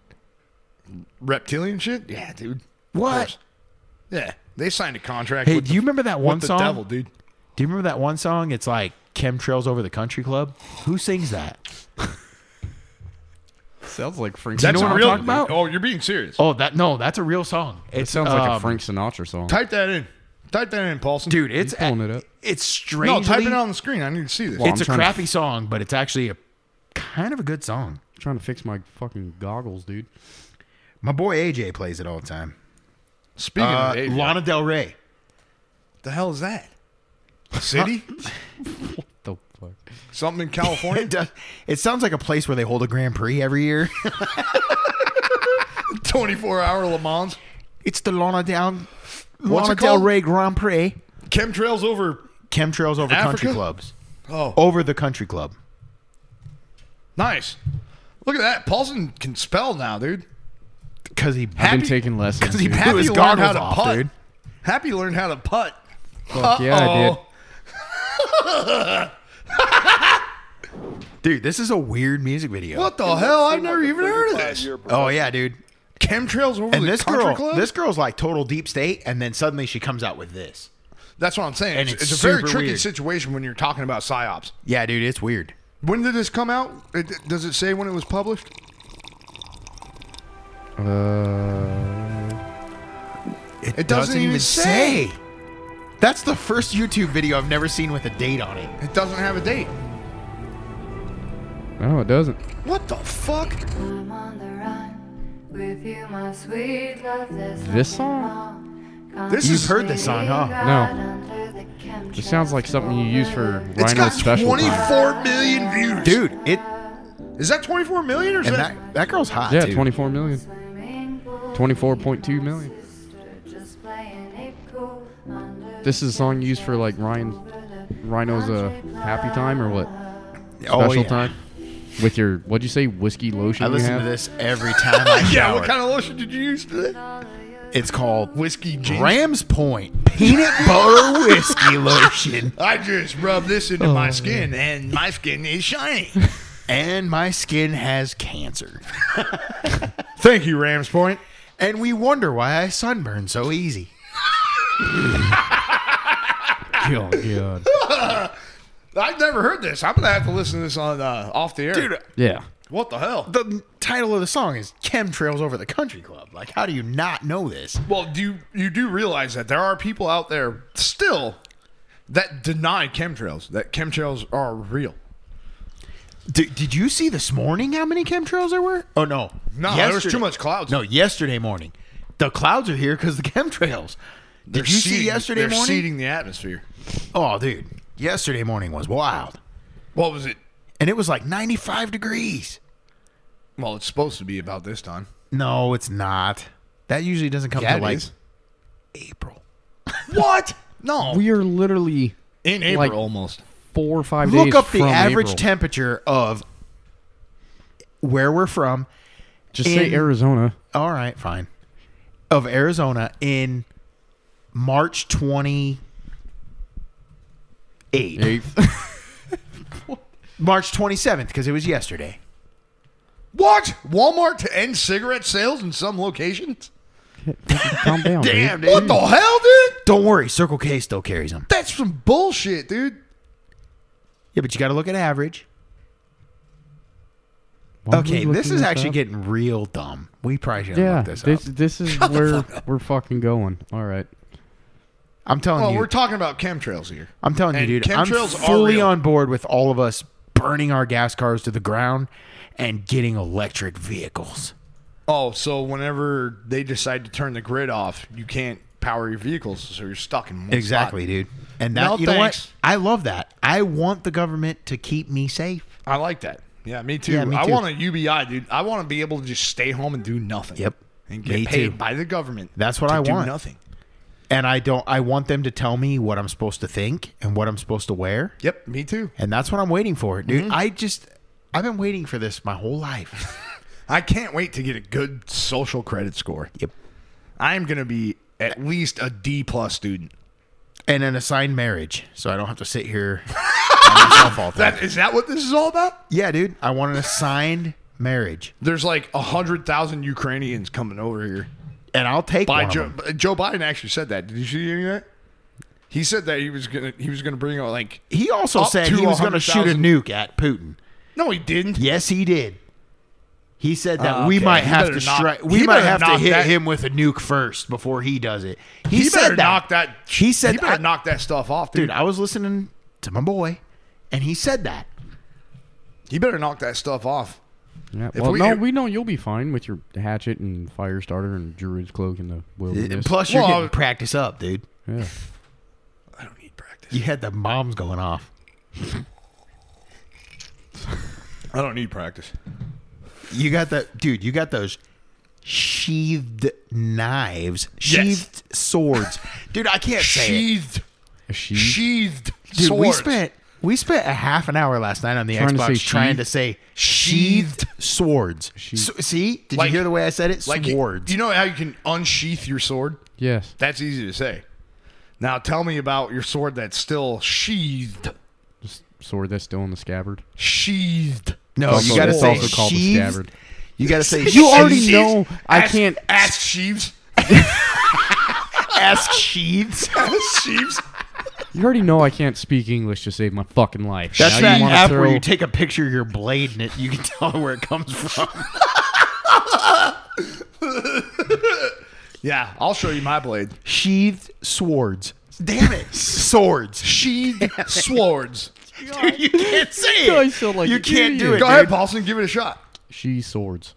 Reptilian shit? Yeah, dude. What? Yeah. They signed a contract Hey, with do you remember that one the song? devil, dude. Do you remember that one song? It's like Chemtrails Over the Country Club. Who sings that? Sounds like Frank. That's know a what I'm real, talking about? Oh, you're being serious. Oh, that no, that's a real song. It sounds like a um, Frank Sinatra song. Type that in. Type that in, Paulson. Dude, it's pulling it up. It's strangely no, type it on the screen. I need to see this. Well, It's I'm a trying to- crappy song, but it's actually a kind of a good song. trying to fix my fucking goggles, dude. My boy AJ plays it all the time. Speaking Uh, of Asia, Lana Del Rey. the hell is that? City? (laughs) The fuck. Something in California? (laughs) It does. It sounds like a place where they hold a Grand Prix every year. (laughs) 24 hour Le Mans. it's the Lana Del What's Lana it Del called? Rey Grand Prix. Chemtrails over. Chemtrails over country Africa? clubs. Oh, Over the country club. nice. Look at that. Paulson can spell now, dude. Because he I've been Happy- (laughs) taking lessons. he dude. blew his Happy learned how goggles to off, putt. dude. Happy learned how to putt. Fuck yeah, I did. Uh-oh. Dude, this is a weird music video. What the hell? I've never even heard of this. Oh yeah, dude. Chemtrails over And the this country girl, club. this girl's like total deep state, and then suddenly she comes out with this. That's what I'm saying. And it's, it's it's a very super tricky weird. situation when you're talking about psyops. Yeah, dude, it's weird. When did this come out? It, does it say when it was published? Uh, It doesn't even say. That's the first YouTube video I've never seen with a date on it. It doesn't have a date. no, it doesn't. What the fuck? I'm on the run with you, my sweet love. There's This nothing song? wrong. This You've is heard this song, huh? No, It it sounds like something you use for It's Rhino got special. 24 million views. Dude, it is that 24 million or is and that? that that girl's hot. Yeah, dude. 24 million. 24.2 million. This is a song used for like Ryan Rhino's uh, happy time or what? Oh, Special yeah. time? With your what'd you say, whiskey lotion? I you listen (laughs) have? to this every time I shower. Yeah. What kind of lotion did you use today? It's called whiskey gin. Graham's Point peanut butter (laughs) whiskey lotion. I just rubbed this into Oh, my skin, and my skin is shiny. (laughs) and my skin has cancer. (laughs) Thank you, Rams Point. And we wonder why I sunburn so (laughs) easy. Oh, God. I've never heard this. I'm gonna have to listen to this on uh, off the air. Dude, Yeah. what the hell? the title of the song is Chemtrails Over the Country Club. Like, how do you not know this? Well, do you, you do realize that there are people out there still that deny chemtrails, that chemtrails are real. D- did you see this morning how many chemtrails there were? Oh, no. No, Yesterday- there was too much clouds. No, yesterday morning. The clouds are here because the (laughs) chemtrails. Did They're you see seeding- yesterday they're morning? seeding the atmosphere. Oh, dude. Yesterday morning was wild. What was it? And it was like 95 degrees. Well, it's supposed to be about this time. No, it's not. That usually doesn't come Yeah, to it like is. April. (laughs) What? No, We are literally in April like- almost. four or five days Look up the from average April. temperature of where we're from. Just say in- Arizona. All right, fine. Of Arizona in March 28th. March 27th, because it was yesterday. What? Walmart to end cigarette sales in some locations? (laughs) Calm (laughs) down. Damn, dude. What dude. the hell, dude? Don't worry, Circle K still carries them. That's some bullshit, dude. Yeah, but you got to look at average. Why are we Okay, looking this is actually up? getting real dumb. We probably should Yeah, have looked this this this, up. (laughs) is where we're fucking going. All right. I'm telling Well, you, Oh, we're talking about chemtrails here. I'm telling you, And dude, I'm chemtrails are fully real. on board with all of us burning our gas cars to the ground and getting electric vehicles. Oh, so whenever they decide to turn the grid off, you can't power your vehicles, so you're stuck in one spot. Exactly, dude. And that No, you know thanks. what? I love that. I want the government to keep me safe. I like that. Yeah, me too. Yeah, me I too. want a UBI, dude. I want to be able to just stay home and do nothing. Yep. And get Me paid too. by the government. That's what to I do want. Nothing. And I don't I want them to tell me what I'm supposed to think and what I'm supposed to wear. Yep. Me too. And that's what I'm waiting for, Mm-hmm. dude. I just I've been waiting for this my whole (laughs) life. I can't wait to get a good social credit score. Yep. I am gonna be at least a D plus student. And an assigned marriage, so I don't have to (laughs) sit here by myself all the time. That is that what this is all about? Yeah, dude. I want an assigned marriage. There's like a hundred thousand Ukrainians coming over here. And I'll take By one of Joe, them. Joe Biden actually said that. Did you see any of that? He said that he was gonna he was gonna bring out like He also Up said to he was going to shoot a 100,000. nuke at Putin. no he didn't. Yes, he did. He said that Uh, we okay. might He have better to knock- strike. he We better might have to knock hit that- him with a nuke first before he does it. He, He said better that. knock that. He said he better that. knock that stuff off, dude. Dude, I was listening to my boy, and he said that. He better knock that stuff off. Yeah. If Well, we- no, if- we know you'll be fine with your hatchet and fire starter and Druid's cloak in the wilderness. Plus, you're Well, I getting was- practice up, dude. yeah. I don't need practice. You had the bombs going off. I don't need practice. You got the dude. You got those sheathed knives, Yes. sheathed swords, dude. I can't say it. Hmm? Sheathed, A sheath? sheathed Dude, we swords. spent we spent a half an hour last night on the Trying to Xbox say trying sheath? to say Sheathed. sheathed swords. Sheath. So- see, did Like- you hear the way I said it? like you- swords. You, know how you can unsheath your sword? Yes. That's easy to say. Now tell me about your sword that's still sheathed. Just sword that's still in the scabbard. Sheathed. no, also- Oh, you got to it's say also called the sheathed. scabbard. You got to say (laughs) You already sheathed. know I Ask- can't- ask (laughs) sheaves. (laughs) ask sheaths. Ask sheaves. You already know I can't speak English to save my fucking life. That's now that you wanna app where throw- you take a picture of your blade and it you can (laughs) tell where it comes from. Yeah, I'll show you my blade. sheathed swords. Damn it, swords. (laughs) Sheathed (laughs) swords. Dude, you can't say (laughs) I it. sound like you an can't do it. idiot. Go dude. ahead, Paulson. Give it a shot. She swords.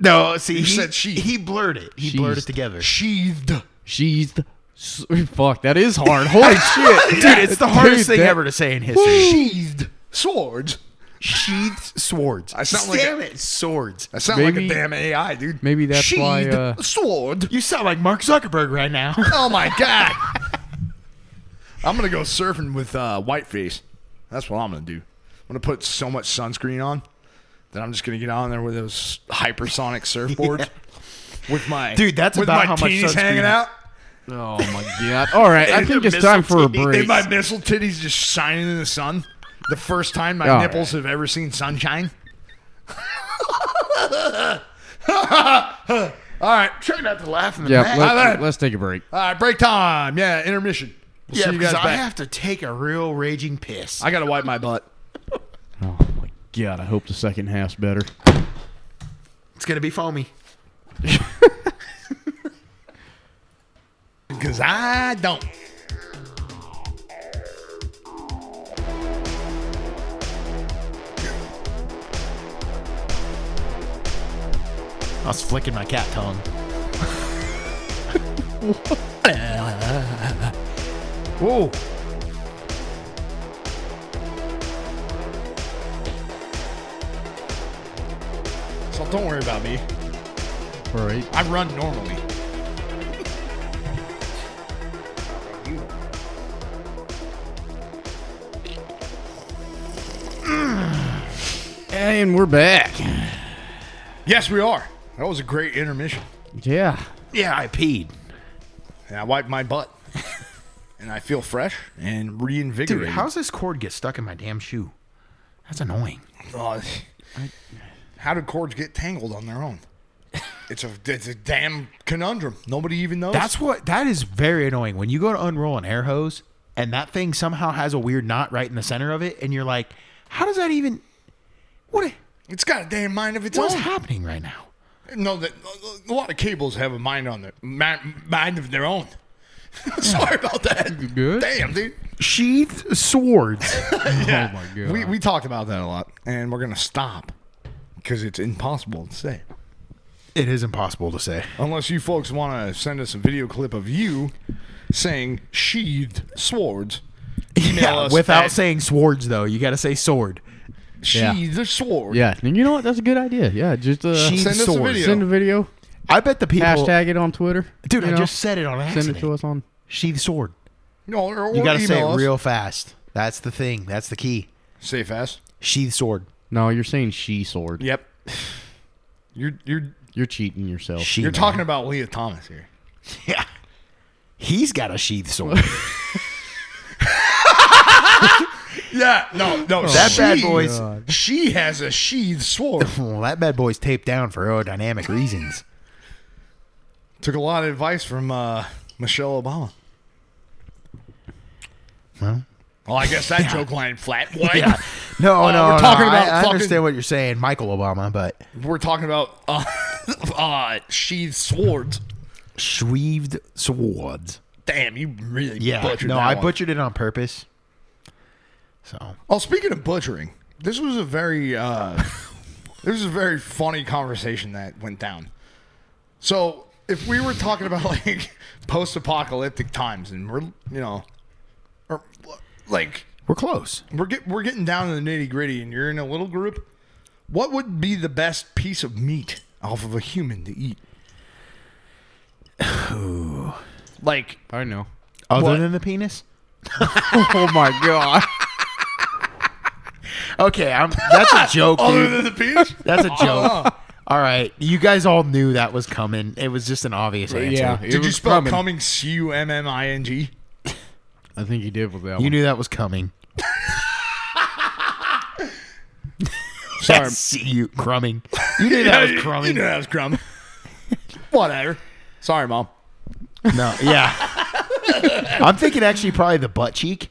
No, see, he said sheath. He blurred it. He blurred it Sheathed. together. Sheathed. Sheathed. s- Fuck, that is hard. (laughs) Holy shit. Dude, it's the hardest thing that- ever to say in history. Sheathed swords. Sheathed swords. I sound like Damn a- it, swords. That sound Maybe- like a damn AI, dude. maybe that's why, Sheathed uh, sword. You sound like Mark Zuckerberg (laughs) right now. Oh my god. I'm gonna go surfing with uh, whiteface. That's what I'm gonna do. I'm gonna put so much sunscreen on that I'm just gonna get on there with those hypersonic surfboards. with my Dude, that's with about my how much titties sunscreen- hanging out. (laughs) Oh my god! All right, I think it's time for a break. And my missile titties just shining in the sun. The first time my All nipples have ever seen sunshine. (laughs) All right, try not to laugh in the Yeah, back. All let, right. let's take a break. All right, break time. Yeah, intermission. We'll (laughs) yeah, see you because guys I back. have to take a real raging piss. I gotta wipe my butt. Oh God, I hope the second half's better. It's gonna be (laughs) foamy. Cause I don't. I was flicking my cat tongue. Whoa. So don't worry about me. All right. I run normally. And we're back. Yes, we are. That was a great intermission. Yeah. Yeah, I peed. And I wiped my butt. (laughs) and I feel fresh and reinvigorated. Dude, how's this cord get stuck in my damn shoe? That's annoying. Uh, how do cords get tangled on their own? It's a it's a damn conundrum. Nobody even knows. That's what that is very annoying. When you go to unroll an air hose and that thing somehow has a weird knot right in the center of it, and you're like, how does that even what it's got a damn mind of its what's own. happening right now? No, that a lot of cables have a mind on their mi- mind of their own. (laughs) Sorry about that. Good. Oh Damn, dude. Sheathed swords. Yeah. my God. We we talked about that a lot, and we're gonna stop because it's impossible to say. (laughs) it is impossible to say. Unless you folks want to send us a video clip of you saying sheathed swords. Email us without at saying swords though, you got to say sword. Yeah. sheathed sword. Yeah. And you know what? That's a good idea. Yeah. Just uh, Sheathed Send us a sword. video. send a video. I bet the people Hashtag it on Twitter. Dude, you I know? just said it on Send accident. it to us on. Sheathed sword. No, or, or You got to say email it us. real fast. That's the thing. That's the key. Say fast. Sheathed sword. No, you're saying she sword. Yep. (sighs) You're you're You're cheating yourself. She you're talking about Leah Thomas here. (laughs) Yeah. He's got a sheathed sword. Yeah, no, no. That she, bad boy's- She has a sheathed sword. well, that bad boy's taped down for aerodynamic reasons. (laughs) Took a lot of advice from uh, Michelle Obama. Well, Well, I guess that joke line flat. What? yeah. No, Uh, no, we're no, talking I- about I, fucking- understand what you're saying, Michael Obama, but (laughs) We're talking about uh, (laughs) uh, sheathed swords. sheathed swords. Damn, you really Yeah. butchered no, that I one. butchered it on purpose. So Oh, speaking of butchering, this was a very uh, this was a very funny conversation that went down. So, if we were talking about like (laughs) post-apocalyptic times, and we're you know, or like we're close. we're get, we're getting down to the nitty gritty, and you're in a little group, what would be the best piece of meat off of a human to eat? like I know. (laughs) Other What? than the penis? oh my god. Okay, I'm, (laughs) that's a joke, other dude. than the penis? That's a joke. (laughs) all right, you guys all knew that was coming. It was just an obvious answer. yeah. it (laughs) Did you was spell coming. coming C U M M I N G? I think you did with that You one. knew that was (laughs) coming. Sorry, See you (laughs) crumbing. You knew that was You crumbing. know that was crummy. (laughs) Whatever. Sorry, mom. No, yeah. (laughs) I'm thinking actually probably the butt cheek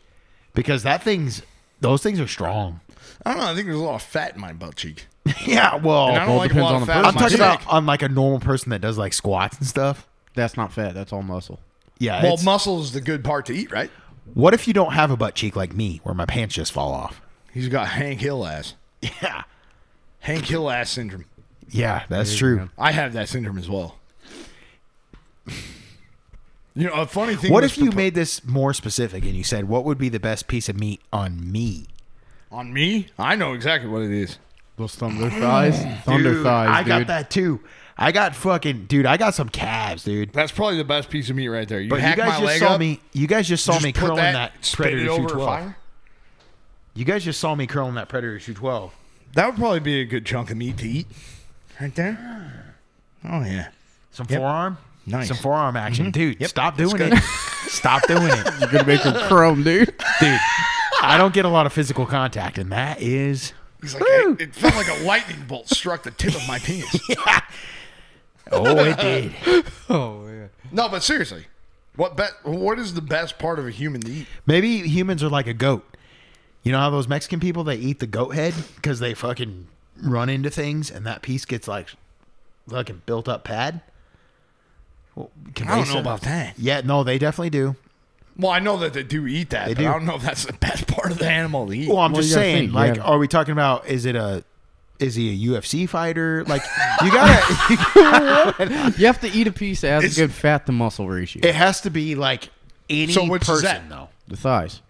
because that thing's those things are strong. I don't know. I think there's a lot of fat in my butt cheek. Yeah, well, And I don't well, it like a depends lot on of the fat. in I'm person. my talking dick. about on like a normal person that does like squats and stuff. That's not fat. That's all muscle. Yeah. Well, it's- muscle is the good part to eat, right? what if you don't have a butt cheek like me where my pants just fall off? He's got Hank Hill ass. Yeah. Hank Hill ass syndrome. Yeah, that's true. I have that syndrome as well. (laughs) You know, a funny thing. What was if you propo- made this more specific and you said what would be the best piece of meat on me? on me? I know exactly what it is. Those thunder thighs. Thunder Dude, thighs. I got dude. that too. I got fucking dude. I got some calves, dude. That's probably the best piece of meat right there. You But you hack guys my just leg saw up, me. You guys just saw just me put curling that, that, spit predator it over a 212. fire. You guys just saw me curling that predator 212. That would probably be a good chunk of meat to eat, right there. Oh yeah. Some Yep. forearm. Nice. Some forearm action, Mhm. dude. Yep. Stop It's doing good. (laughs) it. Stop doing it. You're gonna make them chrome, dude. (laughs) Dude, I don't get a lot of physical contact, and that is. He's like, it, it felt like a lightning bolt struck the tip of my (laughs) penis. Oh, it did. (laughs) oh man. No, but seriously, what bet? What is the best part of a human to eat? Maybe humans are like a goat. You know how those Mexican people they eat the goat head because they fucking run into things, and that piece gets like fucking built up pad. Well, I don't cabeza- know about that. Yeah, no, they definitely do. Well, I know that they do eat that. They but do. I don't know if that's the best part of the animal to eat. Well, I'm Well, just you gotta saying, think, like, yeah. are we talking about is it a is he a UFC fighter? Like, you gotta. You have to eat a piece that has It's- a good fat to muscle ratio. (laughs) it has to be like any So which is person that? though. the thighs,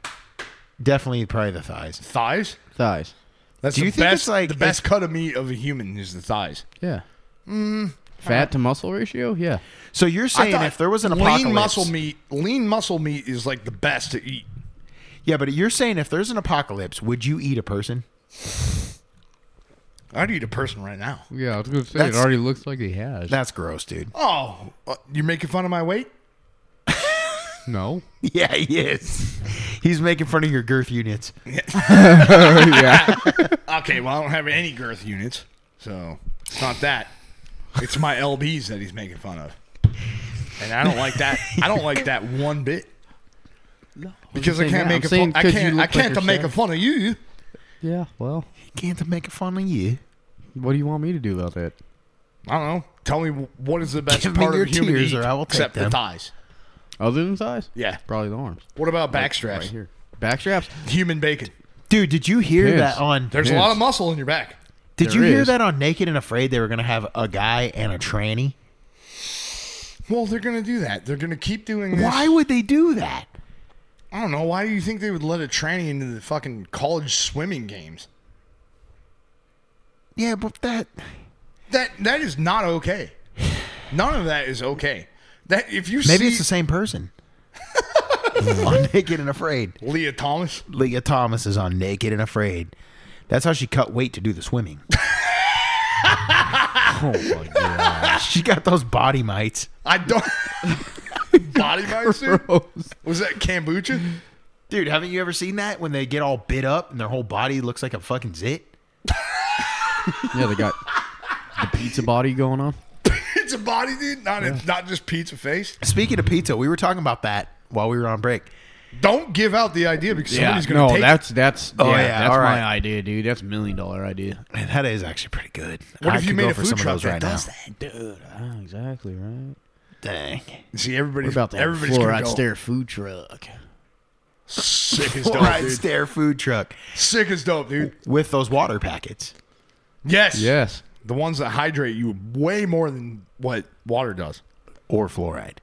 Definitely, probably the thighs. thighs. thighs. That's Do you the think best, it's like- the best cut of meat of a human is the thighs? Yeah. Mm-hmm. Fat to muscle ratio. Yeah. So you're saying thought if there was an lean apocalypse, muscle meat, lean muscle meat is like the best to eat. yeah, but you're saying if there's an apocalypse, would you eat a person? I'd eat a person right now. Mm. Yeah, I was gonna say it That's- already looks like he has. That's gross, dude. (laughs) Oh, uh, you're making fun of my weight? no. Yeah, he is. He's making fun of your girth units. Okay, well I don't have any girth units, so it's not that. It's my lbs that he's making fun of, and I don't like that. I don't like that one bit because I saying can't make that. I'm a fun. saying I 'cause you can't. look I like can't to make a yourself. fun of you. Yeah. Well, Can't make fun of you. what do you want me to do about that? I don't know. Tell me wh- what is the best Give me part your of a human tears eat, or I will take except them. the thighs. Other than thighs? Yeah. Probably the arms. What about Like, backstraps? Right here. Backstraps. Human bacon. Dude, did you hear Yes. that on There's a Yes. lot of muscle in your back. Did There you hear is. that on Naked and Afraid they were gonna have a guy and a tranny? Well, they're gonna do that. They're gonna keep doing this. Why would they do that? I don't know. Why do you think they would let a tranny into the fucking college swimming games? Yeah, but that That that is not okay. None of that is okay. That if you maybe see it's the same person. (laughs) on Naked and Afraid. Leah Thomas, Leah Thomas is on Naked and Afraid. That's how she cut weight to do the swimming. (laughs) Oh my god. she got those body mites. I don't (laughs) body meister. Oh. Was that kombucha? (laughs) Dude, haven't you ever seen that when they get all bit up and their whole body looks like a fucking zit? yeah, they got the pizza body going on. It's a body, dude. Not it's not just pizza face. Speaking of pizza, we were talking about that while we were on break. Don't give out the idea because somebody's gonna no, take. it. that's that's Oh, yeah, yeah, that's all my right. idea, dude. That's a million dollar idea. Man, that is actually pretty good. What I if you could made go a for food some of truck those that right does now. Dude, ah, exactly right. Dang. See, What everybody's about that everybody's gonna fluoride go stare food truck? sick (laughs) as dope, Fluoride dude. Stare food truck Sick as dope, dude. with those water packets. Yes, Yes. The ones that hydrate you way more than what water does. Or fluoride.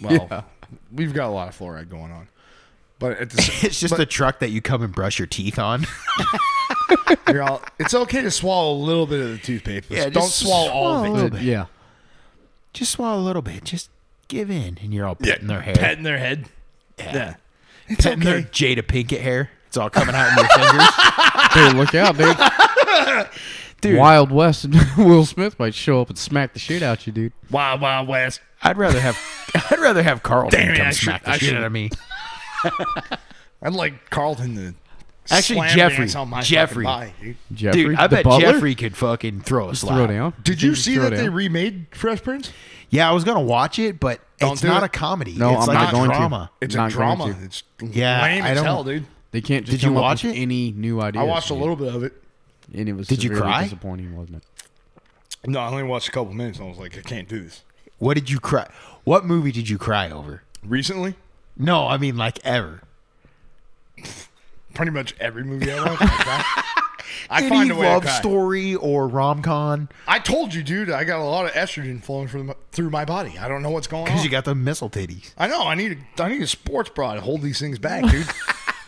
Well, we've got a lot of fluoride going on, but at (laughs) the same, It's just a truck that you come and brush your teeth on. (laughs) you're all, it's okay to swallow a little bit of the toothpaste. But Yeah, don't just swallow, all swallow of a it. little bit. Yeah. just swallow a little bit. Just give in. And you're all petting their hair. Petting their head. Yeah. It's petting their okay. Jada Pinkett hair. It's all coming out in your (laughs) fingers. Dude, look out, dude. (laughs) Dude. Wild West and (laughs) Will Smith might show up and smack the shit out you, dude. Wild Wild West. I'd rather have I'd rather have Carlton Damn it, come I should- smack the I shit should- out of me. I'd like Carlton to Actually, slam Jeffrey. dance on my Jeffrey. fucking body, dude. Jeffrey, Dude, I the bet butler? Jeffrey could fucking throw a slap. throw down. Did you see throw that they down? remade Fresh Prince? Yeah, I was gonna watch it, but Don't it's do not it. a comedy. No, it's I'm like not a going to. drama. It's Not a going drama. to. It's Yeah, lame I as don't- hell, dude. They can't just Did you come up watch with it? any new ideas. I watched a man. little bit of it. and it was Did you severely cry? disappointing, wasn't it? No, I only watched a couple minutes and I was like, I can't do this. What did you cry? What movie did you cry over? Recently, No, I mean like ever. pretty much every movie I (laughs) watch, I, cry. I Any find a way love to cry. story or rom con I told you, dude, I got a lot of estrogen flowing through my, through my body. I don't know what's going because on. you got the missile titties. I know. I need a, I need a sports bra to hold these things back, (laughs) dude.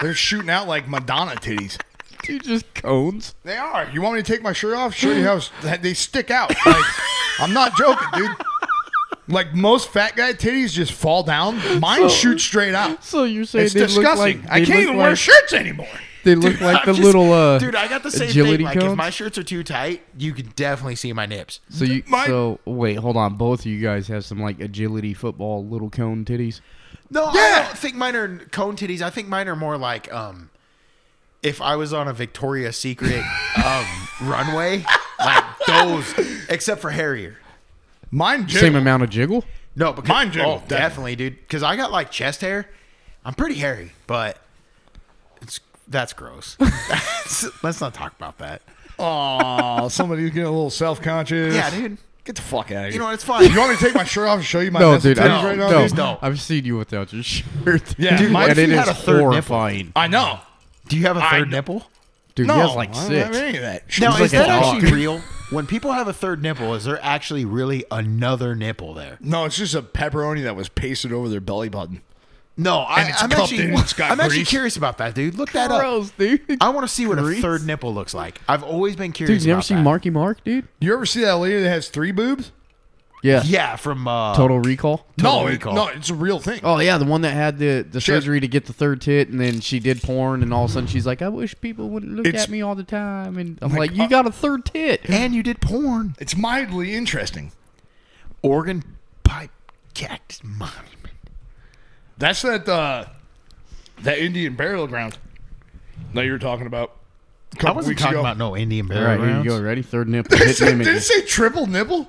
They're shooting out like Madonna titties. Dude, just cones. They are. You want me to take my shirt off? Show you how s- that they stick out. (laughs) Like, I'm not joking, dude. Like most fat guy titties just fall down. Mine shoot straight out. So you're saying It's they look disgusting. like I they can't look even like, wear shirts anymore. They look (laughs) like I'm the little, (laughs) uh, dude. I got the same agility thing. Like if cones? my shirts are too tight, you can definitely see my nips. So you so wait, hold on. Both of you guys have some like agility football little cone titties. No, I don't think mine are cone titties. I think mine are more like um, if I was on a Victoria's (laughs) Secret um runway, like those, except for hairier. Mine Same amount of jiggle. No, because Mine jiggle, oh, definitely, dude. Because I got like chest hair. I'm pretty hairy, but it's that's gross. (laughs) Let's not talk about that. Oh, somebody's getting a little self conscious. Yeah, dude. Get the fuck out of here. You know what? It's fine. You want me to take my shirt off and show you my no, messy dude. titties I, right now? no, dude? I've seen you without your (laughs) shirt. Yeah, Dude, mine- and it you is had a third nipple? horrifying. I know. Do you have a I third know. nipple? Dude, no, he has like I don't have six. any of that. Now, She's like is a that dog. (laughs) actually real? When people have a third nipple, is there actually really another nipple there? No, it's just a pepperoni that was pasted over their belly button. No, I, it's I'm cupped actually in, it's got I'm actually grease. curious about that, dude. Look that Gross, up. dude. I want to see what a third nipple looks like. I've always been Dude, curious. you never about seen that. Marky Mark, dude? You ever see that lady that has three boobs? Yeah. Yeah, from uh, Total Recall. No, Total it, Recall. no, it's a real thing. Oh yeah, the one that had the, the Shit. surgery to get the third tit, and then she did porn, and all of a sudden she's like, "I wish people wouldn't look It's- at me all the time." And I'm my like, uh, "You God. got a third tit." and you did porn. It's mildly interesting. Organ pipe cactus monument. That's that uh, that Indian burial ground that you were talking about. a I couple wasn't weeks talking ago. about no Indian All burial right, here you grounds. go. Ready? Third (laughs) nipple. Hit Did image. it say triple nipple?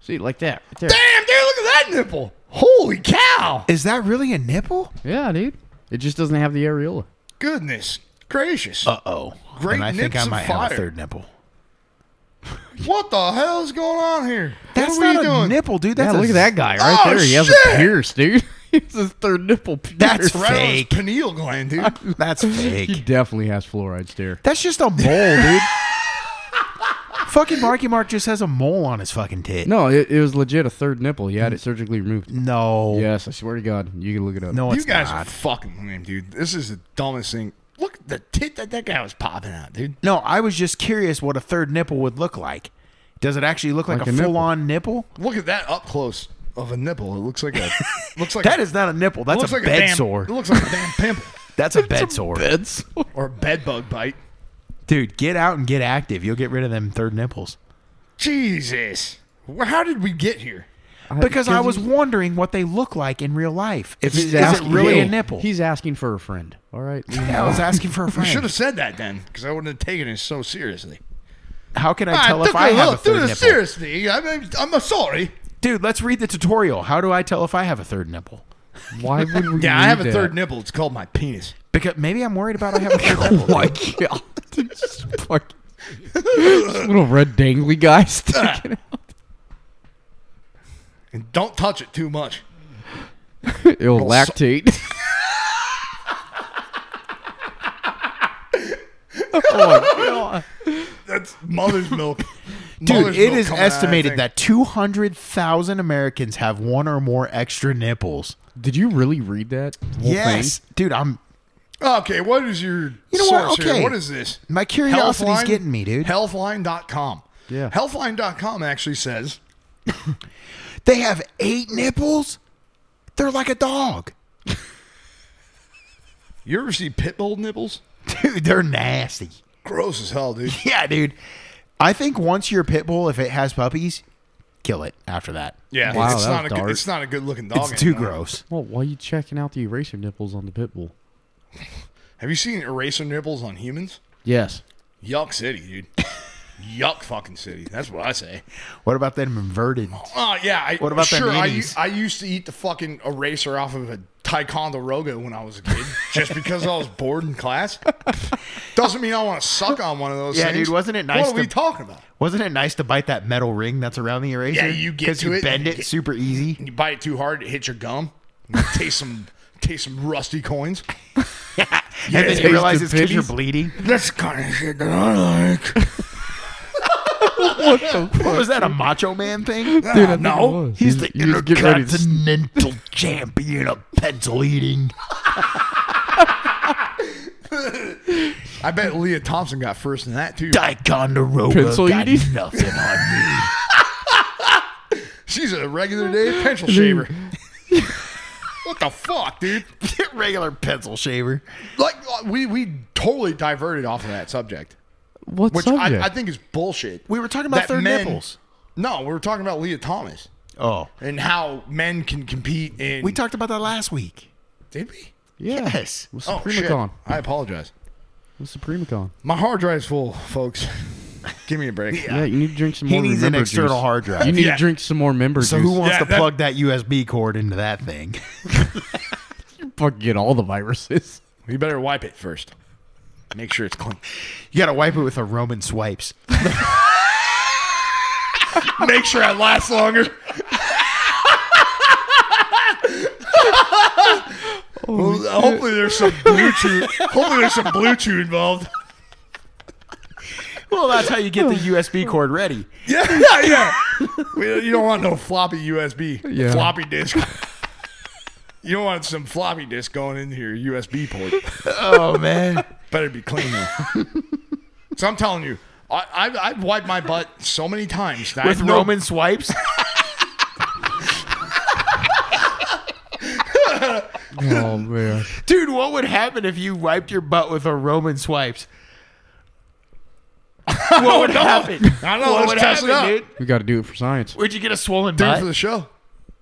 See, like that. Right there. Damn, dude, look at that nipple. Holy cow. Is that really a nipple? Yeah, dude. It just doesn't have the areola. Goodness gracious. Uh oh. Great And I think nips I of might have a fire. third nipple. what the hell is going on here? That's what are not we a doing? nipple, dude. That's yeah, a- look at that guy right Oh, there. He has shit! a pierce, dude. (laughs) it's his third nipple pierce. That's Right on his Fake. pineal gland, (laughs) dude. (laughs) That's he fake. definitely has fluoride stare. That's just a mole, dude. fucking Marky Mark just has a mole on his fucking tit. No, it, it was legit a third nipple. He had it surgically removed. No. Yes, I swear to God, you can look it up. No, you it's guys not. are fucking lame, dude. This is the dumbest thing. Look at the tit that that guy was popping out, dude. No, I was just curious what a third nipple would look like. Does it actually look like, Like a, a nipple. full-on nipple? Look at that up close of a nipple. It looks like a (laughs) looks like That a, is not a nipple. it That's looks a like bed a damn, sore. It looks like a damn pimple (laughs) That's a bed sore. That's or a bed bug bite. Dude, get out and get active. You'll get rid of them third nipples. Jesus, Wh- how did we get here? Because I was wondering what they look like in real life. If it, is it really a nipple? He's asking for a friend. (laughs) All right. yeah, I was asking for a We should have friend. said that then, because I wouldn't have taken it so seriously. How can I tell Ah, took if I it have little a third too nipple? seriously. I mean, I'm sorry. Dude, let's read the tutorial. How do I tell if I have a third nipple? Why would we? Yeah, I have a need that? third nipple. It's called my penis. Because maybe I'm worried about I have a (laughs) third nipple. my god. (laughs) Just fucking- This little red dangly (laughs) guy sticking And don't touch it too much. out. It'll lactate. (laughs) That's mother's milk. (laughs) Dude, Mother's it milk is coming out of estimated thing. that 200,000 Americans have one or more extra nipples. Did you really read that? whole thing? Dude, I'm Okay, what is your You know what? source here? Okay. What is this? My curiosity's Healthline? getting me, dude. Healthline.com. Yeah. Healthline.com actually says They have eight nipples? They're like a dog. (laughs) You ever see pit bull nipples? Dude, they're nasty. (laughs) Gross as hell, dude. Yeah, dude. I think once your pit bull, if it has puppies, kill it after that. Yeah, Wow, it's that not a was good dark. it's not a good looking dog. it's too anymore. gross. Well, why are you checking out the eraser nipples on the pit bull? Have you seen eraser nipples on humans? Yes. Yuck city, dude. (laughs) Yuck fucking city. That's what I say. What about them inverted? Oh yeah. I, What about them sure? I, u- innies? I used to eat the fucking eraser off of a Ticonderoga when I was a kid, just because I was bored in class. Doesn't mean I want to suck on one of those. Yeah, things. dude, wasn't it What nice are we to- talking about? Wasn't it nice to bite that metal ring that's around the eraser? Yeah, you get 'Cause to you it, bend you it get- super easy. You bite it too hard, it hits your gum. You taste some, taste some rusty coins. and then taste you realize the it's because you're pitties. bleeding. That's kind of shit that I like. What was that, a Macho Man thing? Uh, Dude, no, He's the You just get ready to s- intercontinental champion of pencil eating. I bet Leah Thompson got first in that too. Ticonderoga Pencil got eating? nothing on (laughs) me. She's a regular day pencil (laughs) shaver. what the fuck, dude? Regular pencil shaver. Like, uh, we we totally diverted off of that subject. What Which subject? I, I think is bullshit. We were talking about third nipples. No, we were talking about Leah Thomas Oh, and how men can compete in. we talked about that last week. Did we? Yes. What's Oh shit! Supremacon? I apologize. What's Supremacon? My hard drive's full, folks. (laughs) Give me a break. Yeah, you need to drink some He more. needs an member external juice. hard drive. You need Yeah. to drink some more member So juice. who wants Yeah, to that- plug that USB cord into that thing? fucking get all the viruses? (laughs) You better wipe it first. Make sure it's clean. You got to wipe it with a Roman swipes. Make sure I last longer. (laughs) well, hopefully there's some Bluetooth. hopefully there's some Bluetooth involved. well, that's how you get the USB cord ready. Yeah, (laughs) yeah, yeah. We- you don't want no floppy USB, Yeah. floppy disk. You don't want some floppy disk going into your USB port. Oh man. Better be clean though. so I'm telling you, I, I've, I've wiped my butt so many times. that I With have no- Roman swipes? Oh man. Dude, what would happen if you wiped your butt with a Roman (laughs) swipes? What would happen? I don't know. What let's would test happen, it out. dude? We got to do it for science. Would you get a swollen Do it for butt? the show.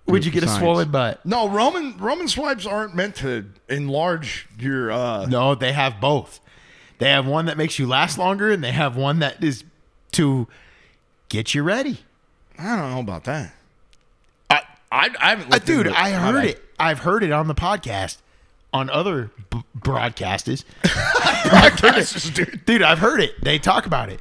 Would you get a Science. swollen butt? No, Roman Roman swipes aren't meant to enlarge your. uh No, they have both. They have one that makes you last longer, and they have one that is to get you ready. I don't know about that. I I, I haven't. Uh, looked dude, into I My heard bad. (laughs) it. I've heard it on the podcast, on other b- (laughs) broadcasters. Podcasts, dude. Dude, I've heard it. They talk about it.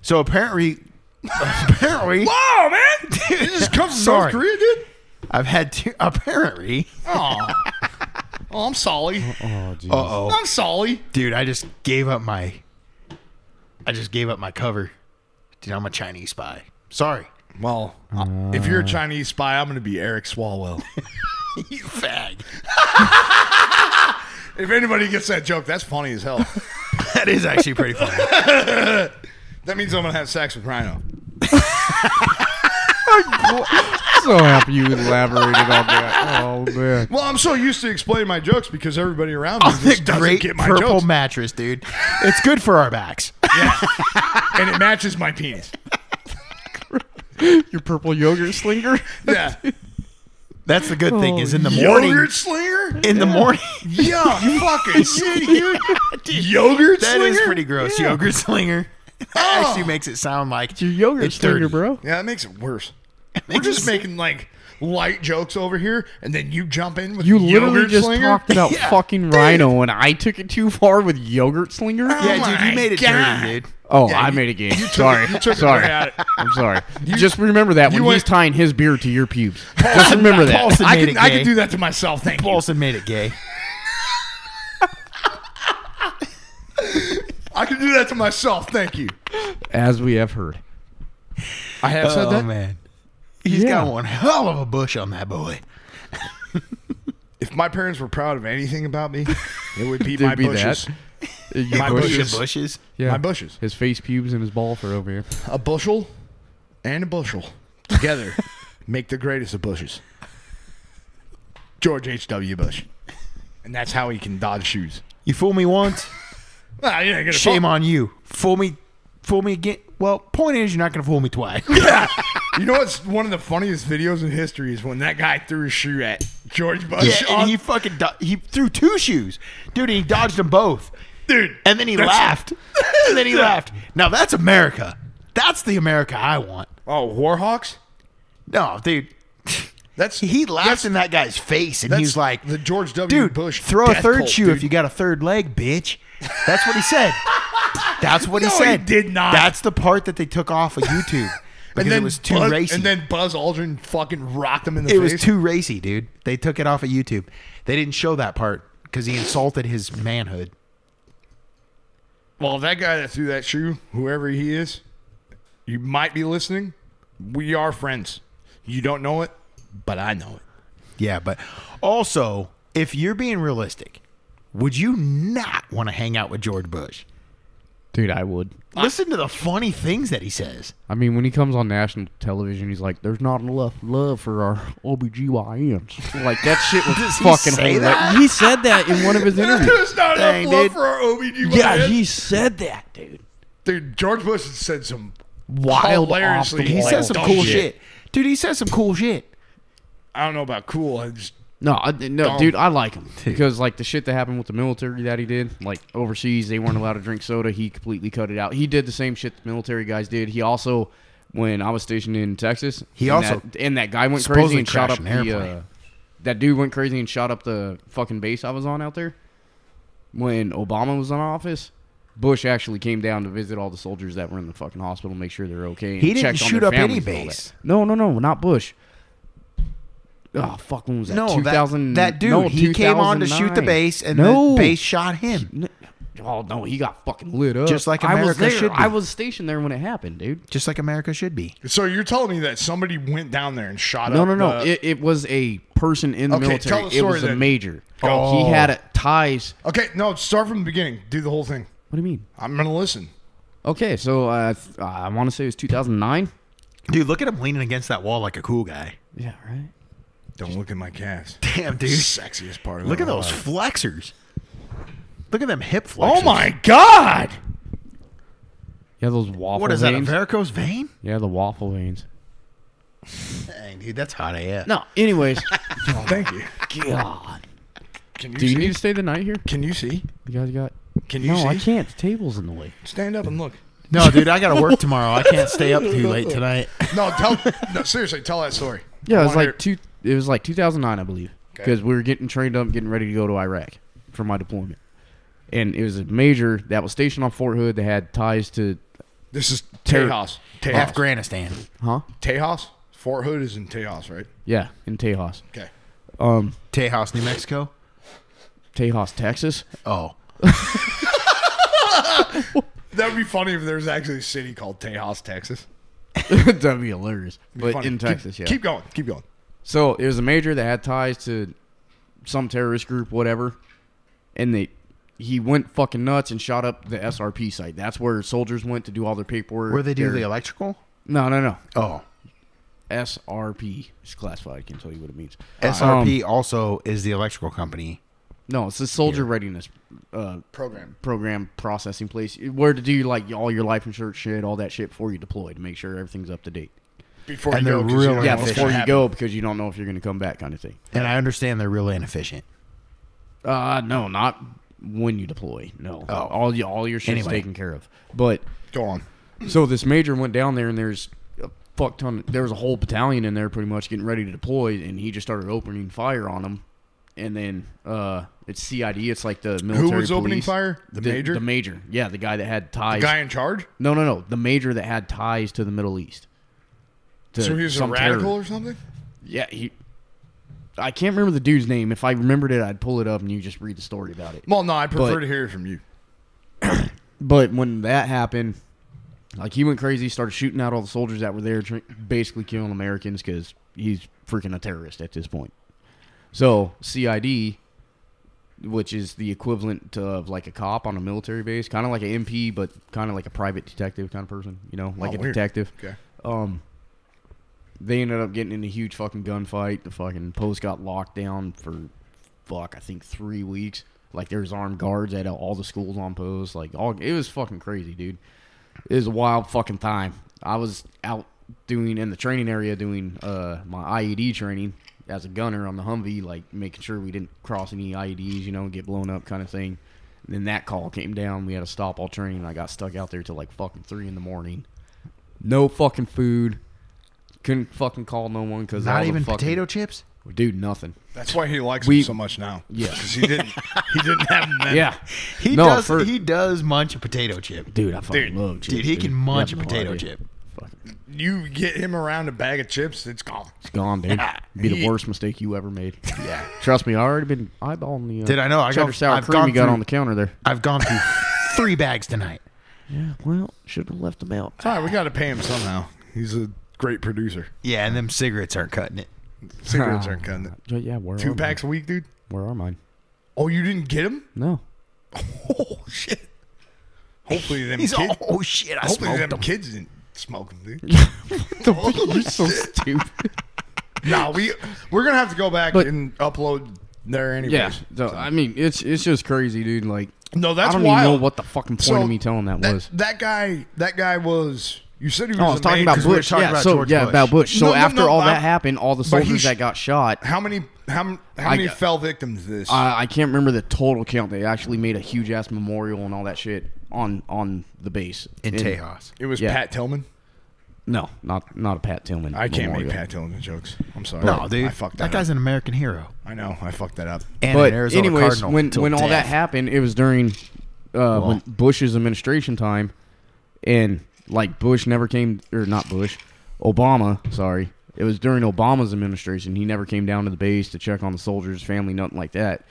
So apparently, (laughs) apparently, Wow, Oh, man! It just comes from North Sorry. Korea, dude. I've had two. (laughs) Apparently, Oh, oh I'm sorry. Oh jeez. uh oh, I'm sorry. dude, I just gave up my. I just gave up my cover. Dude, I'm a Chinese spy. (laughs) Sorry, Well, if you're a Chinese spy, I'm going to be Eric Swalwell. you fag. if anybody gets that joke, that's funny as hell. That is actually (laughs) pretty funny. that means I'm going to have sex with Rhino. so happy you elaborated on that. (laughs) Oh man. Well, I'm so used to explaining my jokes because everybody around me just the doesn't Oh, great get my purple jokes, mattress, dude. It's good for our backs. and it matches my penis. Your purple yogurt slinger. Yeah, That's the good thing. Is in the morning. Oh, yogurt slinger. In the morning. Yeah, you fucking shitty, (laughs) dude. (laughs) Yogurt That is slinger. Oh. pretty gross. Yogurt slinger. That actually makes it sound like Your yogurt It's slinger, dirty. bro. Yeah, that makes it worse. We're just it- making like light jokes over here, and then you jump in with You literally yogurt just slinger. (laughs) talked about Yeah. fucking Rhino, and I took it too far with yogurt slinger. Yeah, Oh dude, my you made it God. dirty, dude. Oh, Yeah, I you- made a game. sorry, you took it sorry. right at it. I'm sorry. (laughs) just remember that when you went- he's tying his beard to your (laughs) pubes. Just remember that. Paulson I made can it I gay. can do that to myself. Thank you. Paulson made it gay. I can do that to myself. Thank you. As we have heard. I have said that. Oh, man. he's Oh, Yeah. got one hell of a bush on that boy. If my parents were proud of anything about me, it would be (laughs) There'd my be bushes. Your My bushes. bushes. bushes. Yeah. My bushes. His face pubes and his ball for over here. A bushel and a bushel (laughs) together make the greatest of bushes. George H.W. Bush. And that's how he can dodge shoes. You fool (laughs) me once, Ah, you ain't gonna shame fool- on you. Fool me, fool me again. Well, point is, you're not gonna fool (laughs) me twice. You know what's one of the funniest videos in history is when that guy threw his shoe at George Yeah, Bush. on- (laughs) and he fucking do- he threw two shoes, dude. and He dodged them both, (laughs) Dude, and then he that's- (laughs) laughed. and then he laughed. Now that's America. That's the America I want. Oh, Warhawks? No, dude. That's He laughed that's- in that guy's face, and that's he's like, the George W. "Dude, Bush throw a death third cult, shoe dude. if you got a third leg, bitch." That's what (laughs) he said. That's what No, he he said. did not. That's the part that they took (laughs) off of YouTube because it was too Buzz, racy. And then Buzz Aldrin fucking rocked him in the it face. was too racy, dude. They took it off of YouTube. They didn't show that part because he insulted his manhood. Well, that guy that threw that shoe, whoever he is, you might be listening. We are friends. You don't know it, but I know it. Yeah, but also, if you're being realistic, would you not want to hang out with George Bush? Dude, I would. Listen to the funny things that he says. I mean, when he comes on national television, he's like, "There's not enough love for our OBGYNs." Like that (laughs) shit was Does he fucking say hilarious. that? He said that in one of his interviews. There's not Dang, enough love dude. for our OBGYN. yeah, he said that, dude. Dude, George Bush has said some Wild, hilariously. off the He wall says some dumb cool shit. Dude, he says some cool shit. I don't know about cool. I just No, I, no, Dumb. dude, I like him because like the shit that happened with the military that he did, like overseas, they weren't allowed to drink soda. He completely cut it out. He did the same shit the military guys did. He also, when I was stationed in Texas, He and also that, and that guy went supposedly crazy and shot crashed up an the airplane. uh, that dude went crazy and shot up the fucking base I was on out there. When Obama was in office, Bush actually came down to visit all the soldiers that were in the fucking hospital, make sure they're okay. And He didn't checked on shoot their up any families and all that. base. No, no, no, not Bush. Oh fuck! When was that? No, that- 2000 that dude, no, he came on to shoot the 2009. base, and no. the base shot him. N- Oh no, he got fucking lit up. Just like I was America there. should be. I was stationed there when it happened, dude. Just like America should be. so you're telling me that somebody went down there and shot No, up? no, no. uh, the- it, it was a person in the Okay, military. tell the it story was a then. major. Go. He had a, ties. okay, no. Start from the beginning. Do the whole thing. What do you mean? I'm gonna listen. Okay, so uh, th- I want to say it was 2009. Dude, look at him leaning against that wall like a cool guy. Yeah, right. Don't look at my calves. (laughs) Damn, dude. Sexiest part of Look my at those life. flexors. Look at them hip flexors. Oh my god! Yeah, those waffle. What is that, a veins. varicose vein? yeah, the waffle veins. Dang, dude, that's hot AF. No. (laughs) Anyways, Oh, thank you. God. Can you Do see? you need to stay the night here? Can you see? You guys got? Can you No, see? I can't. The table's in the way. Stand up and look. No, dude, I gotta work tomorrow. I can't stay up too late tonight. No, tell. no, seriously, tell that story. Yeah, I it was wanna like two. It was like 2009, I believe, Okay. because we were getting trained up, getting ready to go to Iraq for my deployment, and it was a major that was stationed on Fort Hood that had ties to, hear- This is Terror- Tejas. Tejas. (laughs) Afghanistan. huh? Tejas. Fort Hood is in Tejas, right? Yeah, in Tejas, Okay. um, Tejas, New Mexico. Tejas, Texas. Oh. That would be funny if there's actually a city called Tejas, Texas. (laughs) That'd be hilarious, It'd be but funny. in Keep- Texas, yeah. Keep going. Keep going. So it was a major that had ties to some terrorist group, whatever, and they he went fucking nuts and shot up the SRP site. That's where soldiers went to do all their paperwork. Where they do their- the electrical? no, no, no. Oh. SRP is classified. I can't tell you what it means. Um, SRP also is the electrical company. No, it's the soldier readiness uh, Program. program processing place where to do like all your life insurance shit, all that shit before you deploy to make sure everything's up to date. Before And you they're go, Oh, 'cause you real don't know Yeah, what's before gonna you happen. go because you don't know if you're going to come back, kind of thing. And I understand they're really inefficient. Uh, no, not when you deploy. No, Oh. all y- all your shit's Anyway. taken care of. But Go on. so this major went down there and there's a fuck ton there was a whole battalion in there pretty much getting ready to deploy and he just started opening fire on them and then uh it's cid it's like the military was opening police. fire? The major? the major yeah the guy that had ties Guy in charge? no no no the major that had ties to the middle east To So he was a some radical terror. or something? yeah he i can't remember the dude's name if i remembered it i'd pull it up and you just read the story about it Well, no, I prefer But- to hear it from you. But when that happened, like he went crazy, started shooting out all the soldiers that were there, tr- basically killing Americans because he's freaking a terrorist at this point. So CID, which is the equivalent of like a cop on a military base, kind of like an MP, but kind of like a private detective kind of person, you know, like Oh, a weird. detective. Okay. Um, they ended up getting in a huge fucking gunfight. The fucking post got locked down for fuck, I think three weeks. Like there was armed guards at all the schools on post. Like all it was fucking crazy, dude. It was a wild fucking time. I was out doing in the training area doing uh my IED training as a gunner on the Humvee, like making sure we didn't cross any IEDs, you know, get blown up kind of thing. And then that call came down. We had to stop all training. and I got stuck out there till like fucking three in the morning. No fucking food. Couldn't fucking call no one because Not even potato chips? Dude, nothing. That's why he likes We- him so much now. Yeah. Because he didn't, he didn't have him then. Yeah, He No, does for- he does munch a potato chip. dude, I fucking Dude, love chips. Dude, he can munch You a have no potato idea. chip. Fucking, You get him around a bag of chips, it's gone. it's gone, (laughs) dude. Be the worst mistake you ever made. Yeah. Trust me, I already been eyeballing the. Uh, Did I know? I got- cheddar sour I've cream gone you got through- on the counter there? I've gone through (laughs) three bags tonight. Yeah, well, should have left them out. It's all right, we got to pay him somehow. He's a great producer. Yeah, and them cigarettes aren't cutting it. (laughs) Cigarettes aren't cutting it. But yeah, where Two are packs a week, dude? Mine? Where are mine? (laughs) (laughs) Oh, you didn't get him? No, Oh, shit. Hopefully them He's kids. all, "Oh, shit, I hopefully smoked them them." kids didn't smoke them, dude. (laughs) You're so stupid. (laughs) no, we we're gonna have to go back But- and upload there anyways. Yeah, so, I mean, it's it's just crazy, dude. Like, No, that's I don't wild. even know what the fucking point So, of me telling that, was. That guy, that guy was. You said he was. Oh, I was a talking main- about 'cause we were Bush. talking yeah, so yeah, about Bush. So No, no, after no, all I'm- that happened, all the but he soldiers sh- that got shot, How many? How, m- how I many got- fell victims to this? I, I can't remember the total count. They actually made a huge ass memorial and all that shit on on the base In And- Tejas. It was yeah. Pat Tillman. No, not not a Pat Tillman. I can't memorial. make Pat Tillman jokes. I'm sorry. No, dude. I fucked that, that guy's up. an American hero. I know. I fucked that up. And but an Arizona anyways, Cardinal when till when all that death. happened, it was during uh, Well. when Bush's administration time, and like Bush never came or not Bush, Obama. Sorry, it was during Obama's administration. He never came down to the base to check on the soldiers, family, nothing like that.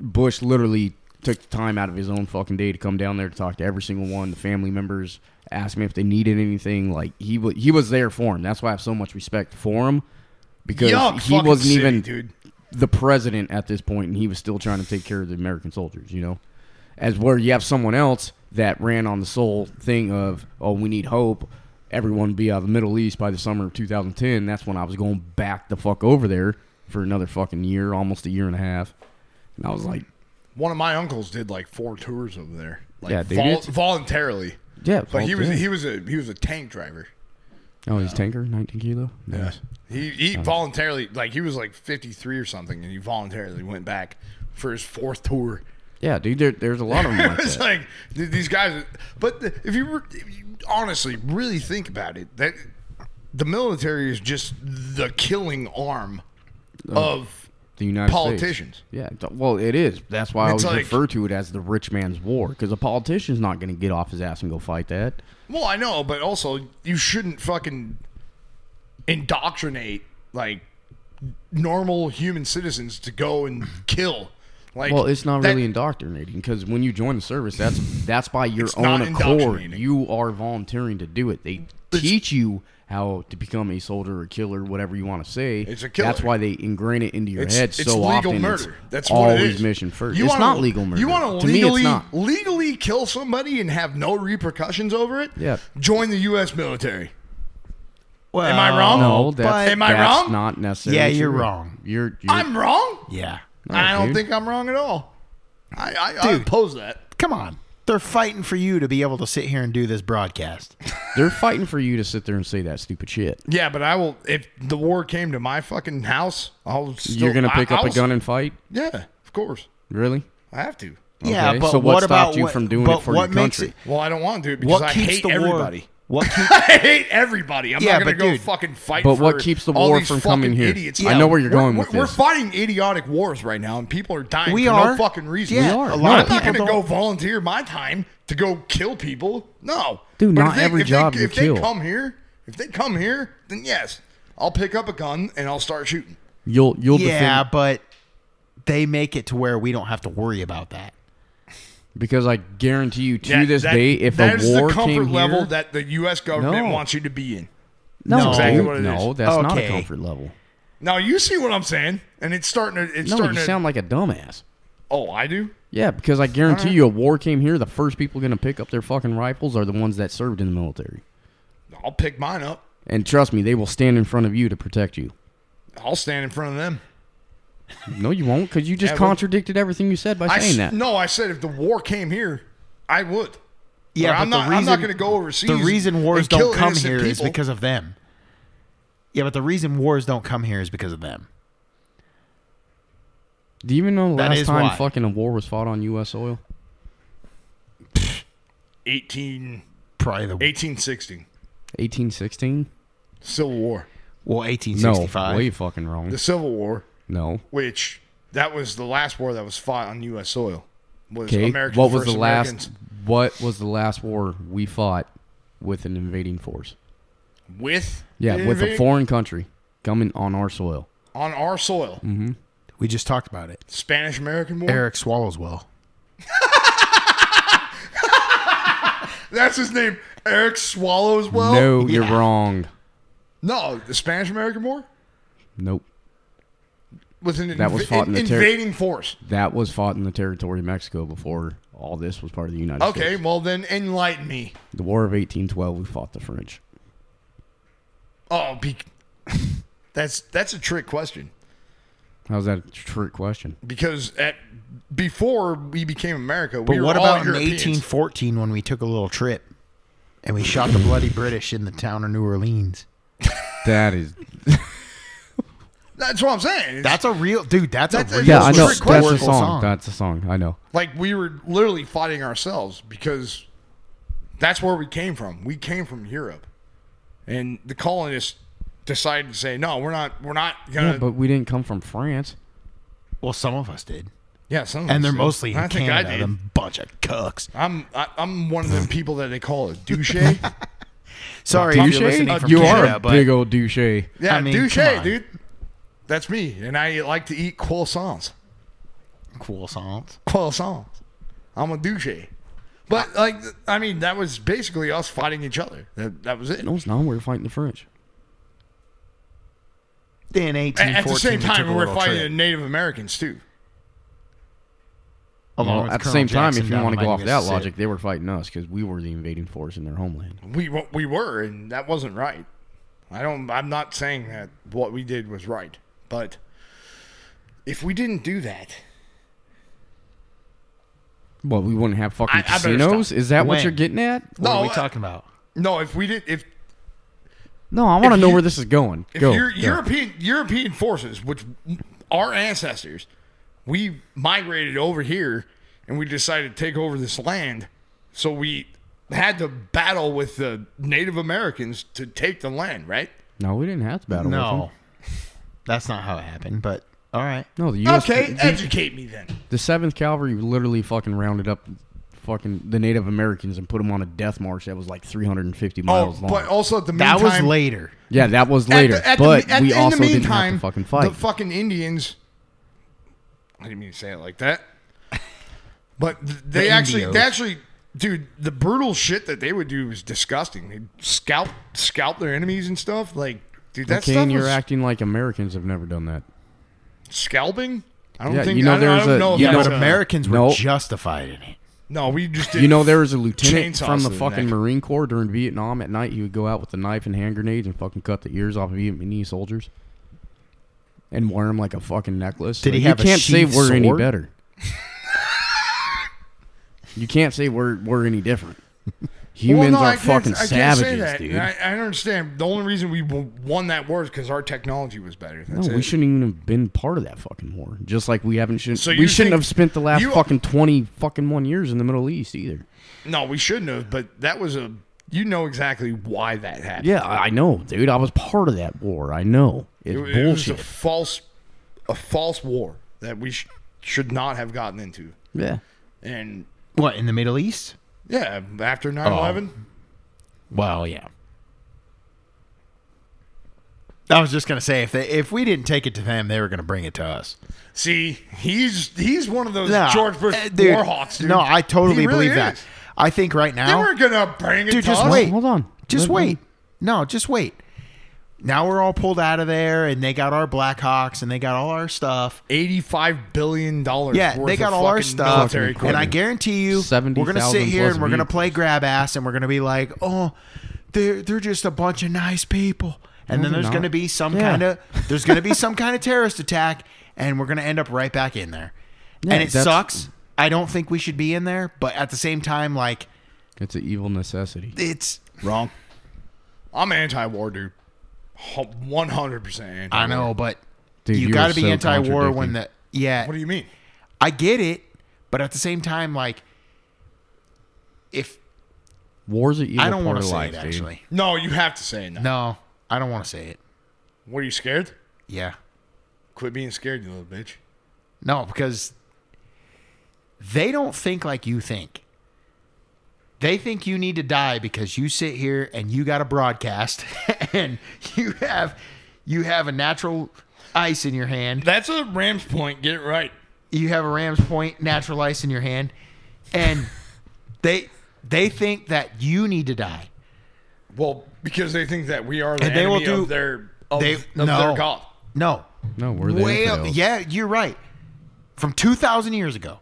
Bush literally took the time out of his own fucking day to come down there to talk to every single one, the family members, ask me if they needed anything. Like he was he was there for him. That's why I have so much respect for him because Yuck, he fucking wasn't city, even dude. the president at this point, and he was still trying to take care of the American soldiers. You know, as where you have someone else that ran on the sole thing of oh we need hope. Everyone be out of the Middle East by the summer of 2010. That's when I was going back the fuck over there for another fucking year, almost a year and a half. And I was like, One of my uncles did like four tours over there. Like, Yeah, they vol- did. voluntarily. Yeah, oh, but he was volunteer. he was a he was a tank driver. oh, he's tanker, 19 kilo. Nice. He he Nice. voluntarily like he was like 53 or something, and he voluntarily went back for his fourth tour. (laughs) Yeah, dude. There, there's a lot of them like it's that. like th- these guys. But the, if, you were, if you honestly really think about it, that the military is just the killing arm Oh. of the United politicians. States. Yeah, th- well, it is. That's why I It's always like- refer to it as the rich man's war because a politician's not going to get off his ass and go fight that. Well, I know, but also you shouldn't fucking indoctrinate like normal human citizens to go and kill. Like, well, it's not that- really indoctrinating because when you join the service, that's that's by your It's not own accord. indoctrinating. You are volunteering to do it. They teach you how to become a soldier or killer, whatever you want to say. It's a killer. That's why they ingrain it into your head so often. It's That's always what it is. mission first. You it's wanna- not legal murder. You want to to legally me, it's not. legally kill somebody and have no repercussions over it? Yeah. Join the U.S. military. Well, Am I wrong? No, that's, Am I that's wrong? not necessarily. Yeah, you're true. wrong. You're, you're I'm wrong. Yeah. No, I don't dude. think I'm wrong at all. I I, I Dude. oppose that. Come on. They're fighting for you to be able to sit here and do this (laughs) broadcast. They're fighting for you to sit there and say that stupid shit. Yeah, but I will. If the war came to my fucking house, I'll. Still, You're gonna I- pick up I'll a s- gun and fight? Yeah, of course. Really? I have to. Yeah, Okay, but so what what stopped about you what- from doing but it for what your makes country? it- Well, I don't want to because What I keeps hate the war? everybody. (laughs) What keeps I hate everybody. I'm Yeah, not gonna but go dude- fucking fight. But for what keeps the all war these from coming fucking here? Idiots. I know where you're We're- going we're, with We're this. fighting idiotic wars right now, and people are dying. We for are. no fucking reason. Yeah, We are. a I'm lot not of gonna people go don't- volunteer my time to go kill people. No, Dude, But if not they- every if job They, you if kill. they come here, if they come here, then yes, I'll pick up a gun and I'll start shooting. You'll you'll Yeah, defend but they make it to where we don't have to worry about that. because I guarantee you to That- this that- day, if that a is war the comfort came level here, that the U.S. government No. wants you to be in. no, That's exactly dude, what it is. no, that's not a Okay. comfort level. Now you see what I'm saying, and it's starting to. It's No, starting you to. sound like a dumbass. oh, I do. Yeah, because I guarantee you, a war came here. The first people going to pick up their fucking rifles are the ones that served in the military. I'll pick mine up. And trust me, they will stand in front of you to protect you. I'll stand in front of them. No, you won't, because you just Yeah, but- contradicted everything you said by I saying s- that. No, I said if the war came here, I would. Yeah, Or I'm but not. the reason, I'm not going to go overseas. The reason wars and kill don't come innocent here is people. because of them. Yeah, but the reason wars don't come here is because of them. Do you even know the That last is time why. fucking a war was fought on U.S. soil? 18, Probably the 1860 1816? Civil War, well, No, 1865. way fucking wrong. the Civil War, no. which that was the last war that was fought on U.S. soil. Was Okay. American What was versus the last? Americans What was the last war we fought with an invading force? with? Yeah, the with a invade- foreign country coming on our soil. on our soil. Mm-hmm. we just talked about it. Spanish American War. Eric Swallowswell. That's his name. Eric Swallows. Well, no, you're wrong. no, the Spanish American War Nope. was an That was inv- fought in the terri- invading force. That was fought in the territory of Mexico before All this was part of the United States. Okay, well then enlighten me. The War of 1812, we fought the French. Oh, be- (laughs) that's that's a trick question How's that a trick question? because at before we became America, we But were what all about in Europeans. 1814 when we took a little trip and we shot the bloody British in the town of New Orleans? That (laughs) is. That's what I'm saying. It's- That's a real dude. That's, That's a a- real Yeah, I know. Trick That's question. a song. That's a song. I know. Like we were literally fighting ourselves because that's where we came from. We came from Europe, and the colonists decided to say, "No, we're not. We're not gonna." Yeah, but we didn't come from France. well, some of us did, Yeah, some of us and they're did. mostly in I think I Canada. did. them bunch of cucks. I'm I, I'm one of them people that they call a douche. (laughs) yeah, Sorry, if you're listening from Uh, You Canada, are a but (laughs) big old douche. I mean, douche, come on. dude. That's me, and I like to eat croissants. cool songs. Croissants. I'm a douche. But like, I mean, that was basically us fighting each other. That that was it. No, it's not. We We're fighting the French. Then 1814, At the same we took time, a we're little fighting trip. the Native Americans too. Along Well, with at the Colonel same time, Jackson if you down want in to go off Mighty that Mississippi. logic, they were fighting us because we were the invading force in their homeland. We w- we were, and that wasn't right. I don't. I'm not saying that what we did was right, but if we didn't do that, Well, we wouldn't have fucking I- I better casinos. stop. Is that When? what you're getting at? what No, are we uh, talking about? no. If we did, if No, I want to If know you- where this is going. if go. Euro- go. European European forces, which our ancestors, we migrated over here, and we decided to take over this land, so we had to battle with the Native Americans to take the land, right? No, we didn't have to battle. No, With that's not how it happened. But all right, them. No, the U.S. okay, the- the, educate me then. the Seventh Cavalry literally fucking rounded up fucking the Native Americans and put them on a death march that was like 350 Oh, miles long. but also at the that meantime, was later. yeah, that was At the- later. at the- but at we the- in also the didn't have meantime, to fucking fight. The fucking Indians. I didn't mean to say it like (laughs) that, but th- they The actually, Indios. they actually, dude, the brutal shit that they would do was disgusting. They scalp, scalp their enemies and stuff. Like, dude, that okay, stuff and you're was acting like Americans have never done that. scalping. I don't Yeah, think you know I, don't- I there's don't a- know. if you that's know- But a- Americans were No. justified in it. no, we just did. You know, there was a lieutenant chainsaws from to the the fucking neck. Marine Corps during Vietnam. At night, he would go out with a knife and hand grenades and fucking cut the ears off of Vietnamese soldiers and wear them like a fucking necklace. Did So he you have a can't say sheathed we're any sword? better. you can't say we're we're any different. (laughs) Humans Well, no, I are can't- fucking I can't say savages, that. dude. I, I understand. The only reason we w- won that war is because our technology was better. no, That's we it. shouldn't even have been part of that fucking war. Just like we haven't shouldn't So we you shouldn't think- have spent the last you- fucking twenty fucking one years in the Middle East either. No, we shouldn't have. But that was a. You know exactly why that happened. Yeah, I I know, dude. I was part of that war. I know. It's It, it was bullshit. a false, a false war that we sh- should not have gotten into. yeah. And What in the Middle East? yeah, after 9-11, Oh. Well, yeah. I was just gonna say if they if we didn't take it to them, they were gonna bring it to us. see, he's he's one of those Nah, George Bush eh, dude, Warhawks. Dude. No, I totally He really believe that. is. I think right They now, weren't gonna bring it. dude, to just us. wait. Hold on. Just Let- let- wait. No, just wait. Now we're all pulled out of there, and they got our Blackhawks, and they got all our stuff. Eighty-five billion dollars. Yeah, worth they got of all our fucking stuff, military and I equipment. guarantee you, we're gonna 70,000 sit here plus and we're gonna vehicles. play grab ass, and we're gonna be like, oh, they're they're just a bunch of nice people, and No, then they're there's not. gonna be some Yeah. kind of there's gonna be (laughs) some kind of terrorist attack, and we're gonna end up right back in there, Yeah, and it that's- sucks. I don't think we should be in there, but at the same time, like It's an evil necessity. it's wrong. I'm anti-war, dude. One hundred percent. I know, but Dude, you you got are to be so anti-war when contradicting. the yeah. What do you mean? I get it, but at the same time, like if War's an evil I don't want to say life, it dude. actually. No, you have to say no. No, I don't want to say it. What are you scared? Yeah. Quit being scared, you little bitch. No, because they don't think like you think. They think you need to die because you sit here and you got a broadcast (laughs) and you have you have a natural ice in your hand. That's a Rams point. Get it right. You have a Rams Point natural ice in your hand and they they think that you need to die. Well, because they think that we are the And they will enemy do- of their of, they of no, their god. No. No, we're the Way up, infidels. yeah, you're right. From 2000 years ago.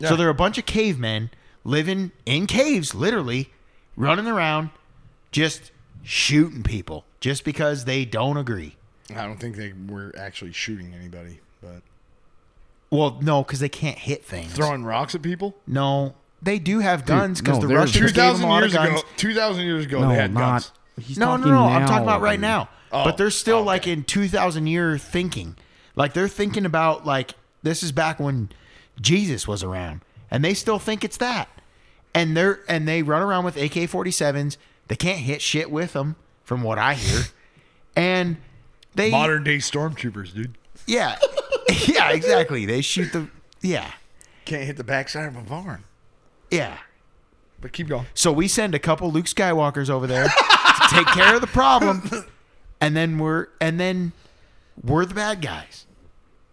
So they're a bunch of cavemen living in caves, literally, running around, just shooting people just because they don't agree. I don't think they were actually shooting anybody, but Well, no, because they can't hit things. throwing rocks at people. No, they do have guns because no, the they're- Russians gave 2,000 them a lot of years ago- guns. 2,000 years ago, they had guns. He's no, no, talking no. I'm now, talking about right dude. now. Oh, but they're still like in 2,000 year thinking. Like they're thinking about like this is back when Jesus was around, and they still think it's that. And they're and they run around with AK-47s. They can't hit shit with them, from what (laughs) I hear. and they Modern day stormtroopers, dude. yeah, (laughs) yeah, exactly. They shoot the yeah. Can't hit the backside of a barn. Yeah. But keep going. So we send a couple Luke Skywalkers over there to take care of the problem, and then we're and then we're the bad guys.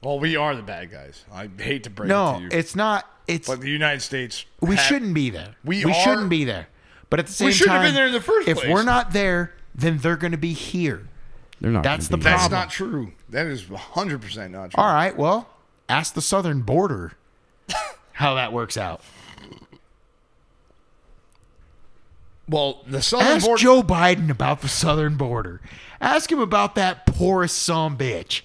Well, we are the bad guys. I hate to break it no, to you. it's not. It's but the United States. we ha- shouldn't be there. We we are- shouldn't be there. But at the same We shouldn't time, have been there in the first if place. we're not there, then they're going to be here. They're not. That's the gonna be there. That's problem. not true. That is 100% not true. All right. Well, ask the southern border how that works out. Well, the southern Ask border. Joe Biden about the southern border. Ask him about that porous some bitch.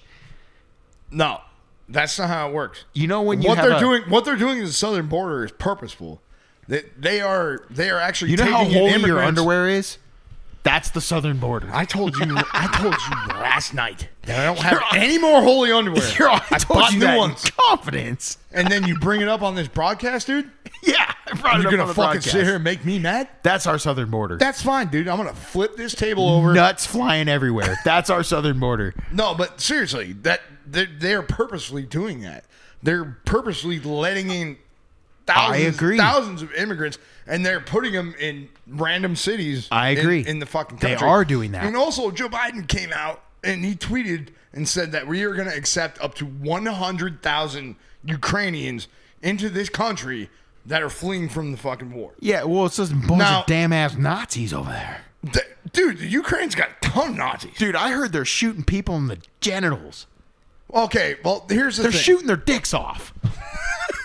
No, that's not how it works. You know when you what have they're a- doing, what they're doing in the southern border is purposeful. They, they are they are actually You know how taking in holy your immigrants- underwear is? That's the southern border. (laughs) I told you I told you last night that I don't have any more holy underwear. (laughs) You're- I I told bought you new that in ones. (laughs) confidence. And then you bring it up on this broadcast, dude. Yeah, I brought it You're up gonna on the fucking broadcast. sit here and make me mad? That's our southern border. That's fine, dude. I'm gonna flip this table over. Nuts flying (laughs) everywhere. That's our southern border. No, but seriously, that they're, they're purposely doing that. They're purposely letting in thousands, agree. thousands of immigrants, and they're putting them in random cities. I in- agree. In, the fucking They country, are doing that. And also, Joe Biden came out and he tweeted and said that we are going to accept up to one hundred thousand Ukrainians into this country that are fleeing from the fucking war. Yeah, well, it's just a bunch Now- of damn ass Nazis over there. Th- dude, the Ukraine's got a ton of Nazis. Dude, I heard they're shooting people in the genitals. Okay, well, here's the They're thing. shooting their dicks off.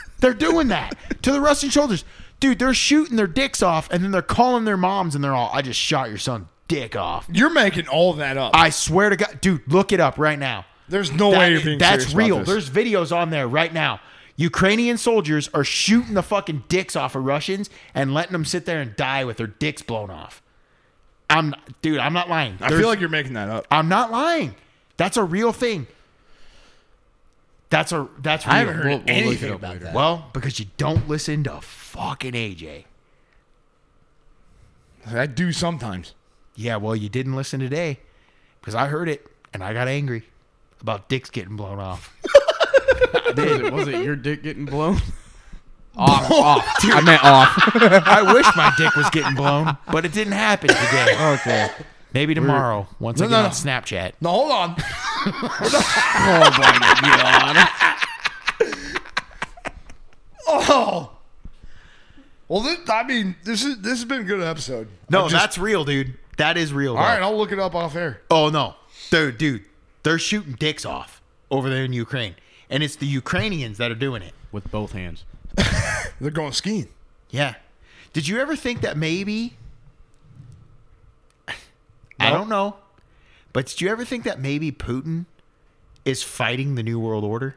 (laughs) they're doing that to the Russian soldiers. Dude, they're shooting their dicks off and then they're calling their moms and they're all, I just shot your son dick off. You're making all that up. I swear to God. Dude, look it up right now. There's no That- way you're being that's serious real. About this. There's videos on there right now. Ukrainian soldiers are shooting the fucking dicks off of Russians and letting them sit there and die with their dicks blown off. I'm dude, I'm not lying. I There's- feel like you're making that up. I'm not lying. That's a real thing. That's a that's real. I haven't heard We'll- we'll look it anything up about later. that. Well, because you don't listen to fucking AJ. I do sometimes. Yeah, well, you didn't listen today because I heard it and I got angry about dicks getting blown off. (laughs) Was it, was it your dick getting blown? off, off. I meant off. (laughs) I wish my dick was getting blown, but it didn't happen today. Okay. Maybe tomorrow once I No, get no, on no. Snapchat. No, hold (laughs) on. Oh my god. Oh. Well, this, I mean, this is this has been a good episode. No, I just- that's real, dude. That is real. all though. right. I'll look it up off air. Oh no, dude, dude, they're shooting dicks off over there in Ukraine, and it's the Ukrainians that are doing it. With both hands. They're going skiing. Yeah. Did you ever think that maybe? I don't know, but did you ever think that maybe Putin is fighting the New World Order?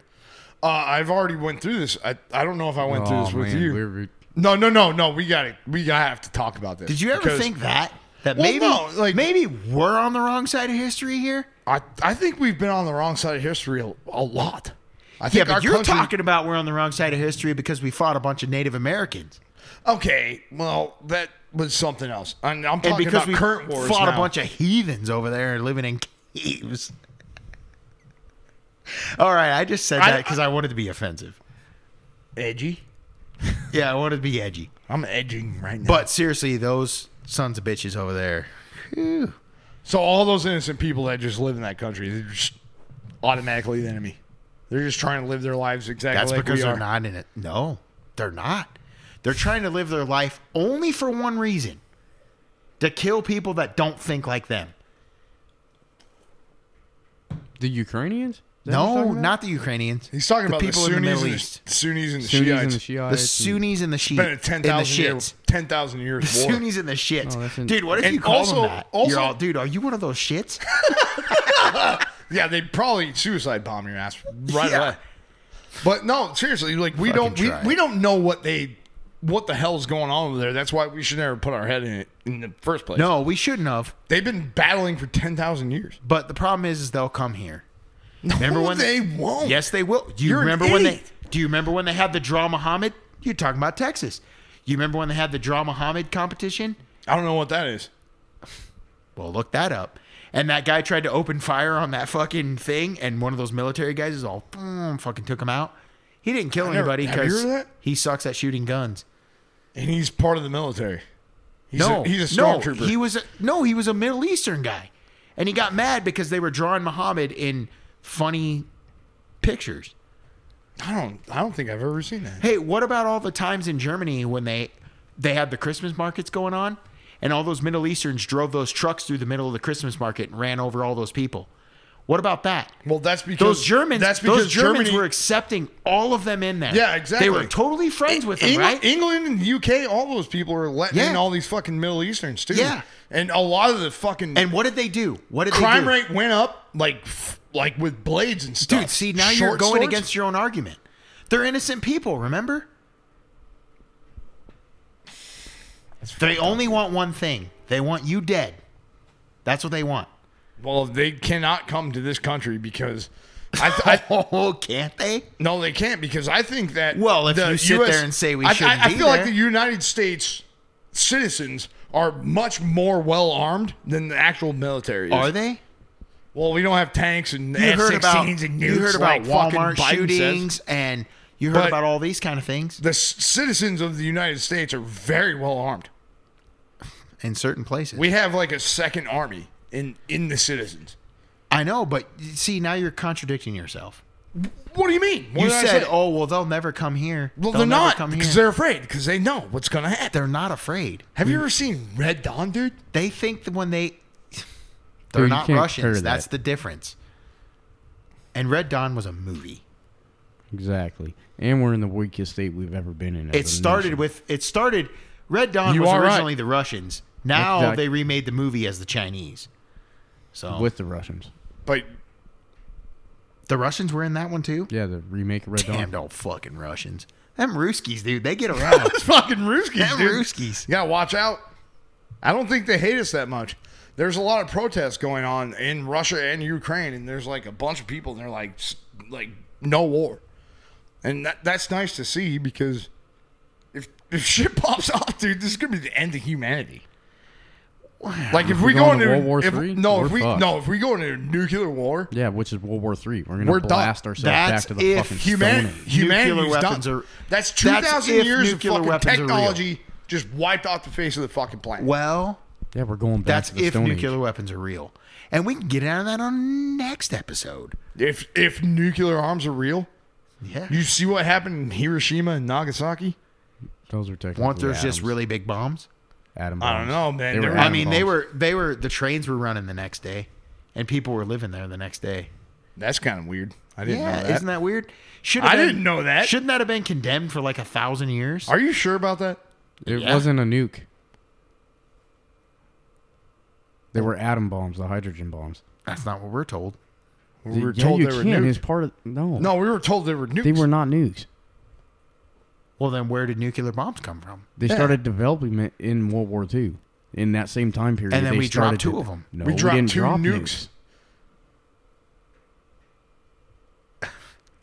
Uh, I've already went through this. I, I don't know if I went through this Oh, with man, you. we're- we're- No, no, no, no. We got it. We gotta have to talk about this. Did you ever because think that that Well, maybe no, like- maybe we're on the wrong side of history here? I I think we've been on the wrong side of history a, a lot. I think yeah, our but you're country- talking about we're on the wrong side of history because we fought a bunch of Native Americans Okay, well, that was something else. I'm, I'm talking and because about we current wars. fought a now. bunch of heathens over there living in caves. (laughs) All right, I just said I- that because I wanted to be offensive. edgy. Yeah, I wanted to be edgy. I'm edging right now. But seriously, those sons of bitches over there. Whew. So all those innocent people that just live in that country, they're just automatically the enemy. They're just trying to live their lives exactly That's like because we they're are. not in it. No, they're not. They're trying to live their life only for one reason to kill people that don't think like them. The Ukrainians? No, not the Ukrainians. He's talking the about people the in the Sunnis Middle and the- East. Sunnis and the Sunnis and the Shiites. Shiites The and- Sunnis and the It's Shiites. been a 10,000 and the year, shits. 10,000 years The war. Sunnis and the shits. Oh, that's in- dude, what if And you call also- them that? also- You're all, dude, are you one of those shits? Yeah, they probably suicide bomb your ass (laughs) right Yeah. away. But no, seriously, like we Fucking don't we, try. we don't know what they what the hell's going on over there. That's why we should never put our head in it in the first place. No, we shouldn't have. They've been battling for 10,000 years. But the problem is, is they'll come here. (laughs) remember when they won't. Yes, they will. Do you You're an remember when they? idiot. Do you remember when they had the draw Muhammad? You're talking about Texas. You remember when they had the draw Muhammad competition? I don't know what that is. Well, look that up. And that guy tried to open fire on that fucking thing, and one of those military guys is all boom, fucking took him out. He didn't kill I never- anybody have you heard of because that? he sucks at shooting guns. And he's part of the military. He's no, a, he's a no, stormtrooper. he was a, no, he was a Middle Eastern guy, and he got mad because they were drawing Muhammad in funny pictures. I don't I don't think I've ever seen that. Hey, what about all the times in Germany when they they had the Christmas markets going on and all those Middle Easterns drove those trucks through the middle of the Christmas market and ran over all those people? What about that? Well, that's because those Germans That's because those Germans Germany, were accepting all of them in there. Yeah, exactly. They were totally friends with them, Eng- right? England and the UK, all those people are letting in Yeah. all these fucking Middle Easterns too. Yeah. and a lot of the fucking and what did they do? What did crime they do? rate went up like f- like with blades and stuff. Dude, see, now you're Short going swords? against your own argument. They're innocent people, remember? They only want one thing. They want you dead. That's what they want. Well, they cannot come to this country because I, th- I (laughs) Oh, can't they? no, they can't because I think that Well, if the you sit US there and say we I, I- shouldn't I, be feel like there. the United States citizens are much more well armed than the actual military. Is. Are they? Well, we don't have tanks and You heard about F-16s and nukes you heard about like fucking Walmart Biden says. shootings and you heard But- about all these kind of things the s- citizens of the United States are very well armed. in certain places. We have like a second army in in the citizens. I know, but you see now you're contradicting yourself. What do you mean? What you did I said, say? "Oh, well, they'll never come here." well, They'll they're never not come because here. they're afraid because they know what's gonna happen. They're not afraid. Have you ever seen Red Dawn, dude? They think that when they (sighs) they're you not can't compare Russians. that. That's the difference. And Red Dawn was a movie. Exactly. And we're in the weakest state we've ever been in. as It a started nation. with it started Red Dawn You was are right. originally the Russians. Now Exact- they remade the movie as the Chinese. So with the Russians. But the Russians were in that one too. Yeah, the remake of Red Dawn. Damn, no fucking Russians. Them Ruskies, dude, they get (laughs) around. it's fucking Ruskies, Them dude. Ruskies. You gotta watch out. I don't think they hate us that much. There's a lot of protests going on in Russia and Ukraine, and there's like a bunch of people, and they're like, s- like no war, and that, that's nice to see because if if (laughs) shit pops off, dude, this is gonna be the end of humanity. Like if, we we go go into into World War if, III, no, we're if we fucked. no, if we go into a nuclear war, Yeah, which is World War Three. We're We're gonna done. blast ourselves That's back to the if fucking humanity, Stone Age. humanity Nuclear weapons done. are- that's two That's thousand if years of nuclear fucking weapons are real. technology just wiped off the face of the fucking planet. well, Yeah, we're going back that's to the if Stone nuclear Age. weapons are real, and we can get out of that on next episode. If if nuclear arms are real, Yeah, you see what happened in Hiroshima and Nagasaki. Those are technically want there's atoms. just really big bombs. atom I don't bombs. know, man. They There were were- I atom mean, they bombs. were they were the trains were running the next day, and people were living there the next day. That's kind of weird. I didn't Yeah, know that. isn't that weird? Should I didn't know that. Shouldn't that have been condemned for like a thousand years? Are you sure about that? It Yeah. wasn't a nuke. They were atom bombs, the hydrogen bombs. That's not what we're told. We were Yeah, told you they were can't. It's nukes. part of no, No, we were told they were nukes. They were not nukes. Well, then where did nuclear bombs come from? They started developing it in World War II. In that same time period, And then they we dropped started two to- of 'em. No, We dropped didn't two drop nukes. nukes.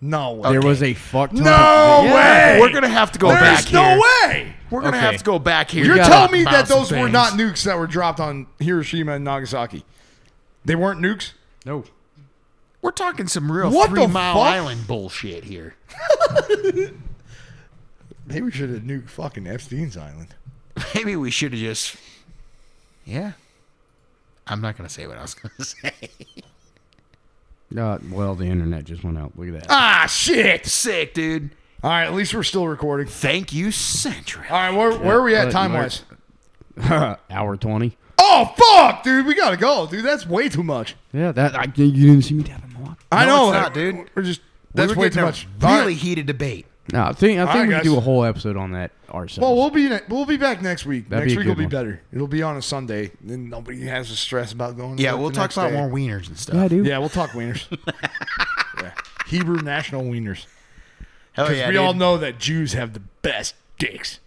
No way. There was a fuck ton. no of, way. We're gonna have to go back There's here. no way. We're gonna Okay. have to go back here. You're and telling talk me about that some those were things. not nukes that were dropped on Hiroshima and Nagasaki. They weren't nukes. no. We're talking some real What the three mile fuck? island bullshit here. (laughs) Maybe we should have nuked fucking Epstein's island. Maybe we should have just. Yeah. I'm not gonna say what I was gonna (laughs) say. Uh, well, the internet just went out. Look at that. ah, shit! Sick, dude. All right, at least we're still recording. Thank you, Central. All right, where, where are we at but time Mark- wise? Hour twenty. Oh fuck, dude, we gotta go, dude. That's way too much. Yeah, that I, you didn't see me dabbing my watch. I No, know, it's that- not, dude. We're just We that's were way too getting a much. All Really right. heated debate. No, I think I All think right, we guys. could do a whole episode on that ourselves. Well, we'll be we'll be back next week. That'd be next a week good will be one. better. It'll be on a Sunday, and nobody has to stress about going. to Yeah, work we'll the talk next about day. more wieners and stuff. yeah, dude. Yeah, we'll talk (laughs) wieners. yeah. Hebrew national wieners. Hell Because Oh, yeah, we dude. all know that Jews have the best dicks.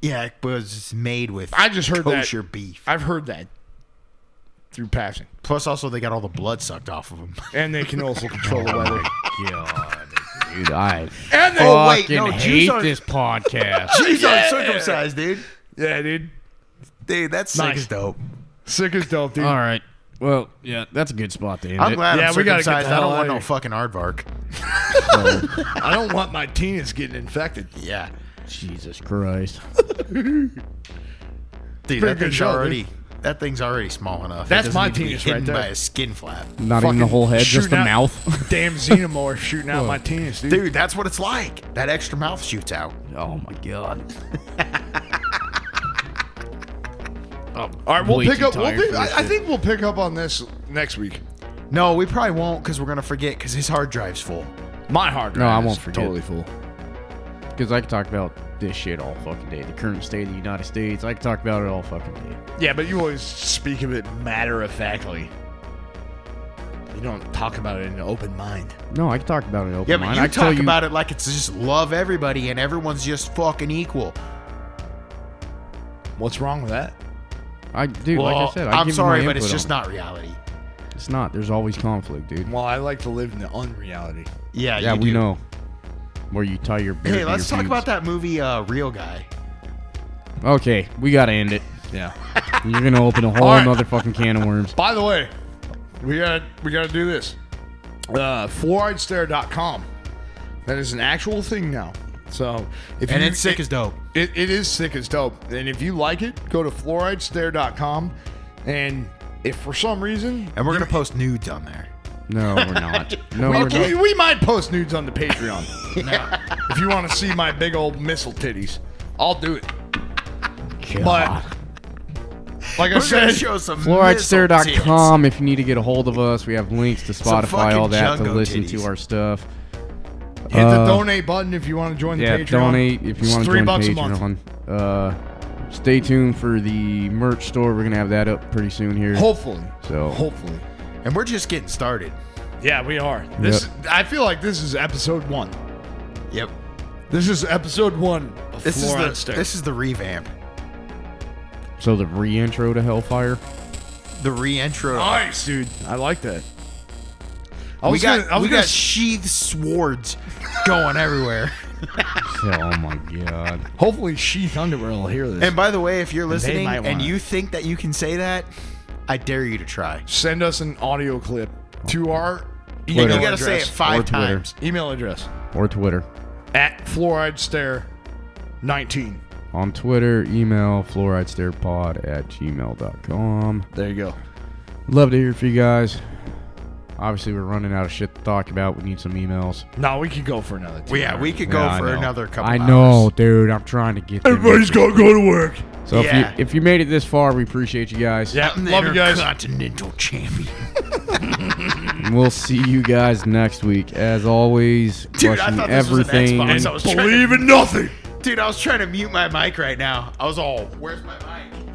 Yeah, it was just made with I just heard that. kosher beef. I've heard that through passing, Plus, also they got all the blood sucked off (laughs) of them. and they can also control the weather. dude, I And they, Oh, wait, fucking no, Jews hate aren't- this podcast. He's uncircumcised, dude. yeah, dude, Dude, that's sick Nice. as dope. sick as dope, dude. all right. Well, yeah, that's a good spot to end I'm it. glad Yeah, I'm we gotta get the circumcised. I hell don't want outta no here. fucking aardvark. I don't want my penis getting infected. Yeah, Jesus Christ. dude, Pretty that good thing's show, dude. already that thing's already small enough. It That's doesn't my need to be penis right hidden there. by a skin flap, Not even the Fucking whole head, just shooting the out- (laughs) mouth. Damn xenomorph shooting out my penis, dude. dude. That's what it's like. That extra mouth shoots out. oh my god. All right, we'll Way pick too up. We'll tired pick, for this I, I shit. think we'll pick up on this next week. No, we probably won't because we're gonna forget because his hard drive's full. My hard No, drive I is won't forget. Totally full. Because I could talk about this shit all fucking day. The current state of the United States. I could talk about it all fucking day. Yeah, but you always speak of it matter of factly. You don't talk about it in an open mind. No, I could talk about it open Yeah, mind. but you I could tell talk you, about it like it's just love everybody and everyone's just fucking equal. What's wrong with that? I dude, like I said, I am give you sorry, my but it's input just on not reality. it. It's not. There's always conflict, dude. Well, I like to live in the unreality. Yeah, Yeah, you we do. know. Where you tie your beard Hey, to let's your talk about pubes. that movie, uh, Real Guy. Okay, we gotta (laughs) end it. Yeah. You're gonna open a whole All right. another fucking can of worms. By the way, we got we got to do this. Uh, fluoridestare.com. That is an actual thing now. So if And you- it's sick it- as dope. It, it is sick as dope. And if you like it, go to fluoridestare.com. And if for some reason And we're going to post nudes on there. No, (laughs) we're not. No, we, we're we, not. we might post nudes on the Patreon. (laughs) If you want to see my big old missile titties, I'll do it. God. But like I We're going to said, show some FluorideStare.com if you need to get a hold of us. We have links to Some Spotify, all fucking that, to jungle listen titties. to our stuff. hit the Uh, donate button if you want to join the Yeah, Patreon. donate if you It's want to three join bucks a month. Patreon. Uh, stay tuned for the merch store. We're gonna have that up pretty soon here. Hopefully. So- hopefully. And we're just getting started. Yeah, we are. This I feel like this is episode one. Yep. This is episode one of This is, Fluoride the, Stare. this is the revamp. So the re-intro to Hellfire. The re-intro. nice, dude. I like that. I we was got, gonna, I was we gonna got sheathed swords going everywhere. So, oh my god. hopefully sheath underwear will hear this. And by the way, if you're listening might and, wanna- you think that you can say that, I dare you to try. Send us an audio clip to our You email You got to address. say it five Twitter. times. email address Or Twitter. at fluoride stare 19. On Twitter, email fluorideStarePod at gmail.com. There you go. Love to hear from you guys. Obviously, we're running out of shit to talk about. We need some emails. No, we could go for another. Two Well, yeah, we could go Yeah, I for know. another couple I hours. know, dude. I'm trying to get them. got to go to work. So Yeah. if you if you made it this far, we appreciate you guys. Yeah, I'm the love you guys. Intercontinental champion. And we'll see you guys next week. As always, Dude, I question thought this was an everything. Xbox. I was trying to- Believe in nothing. Dude, I was trying to mute my mic right now. I was all, where's my mic?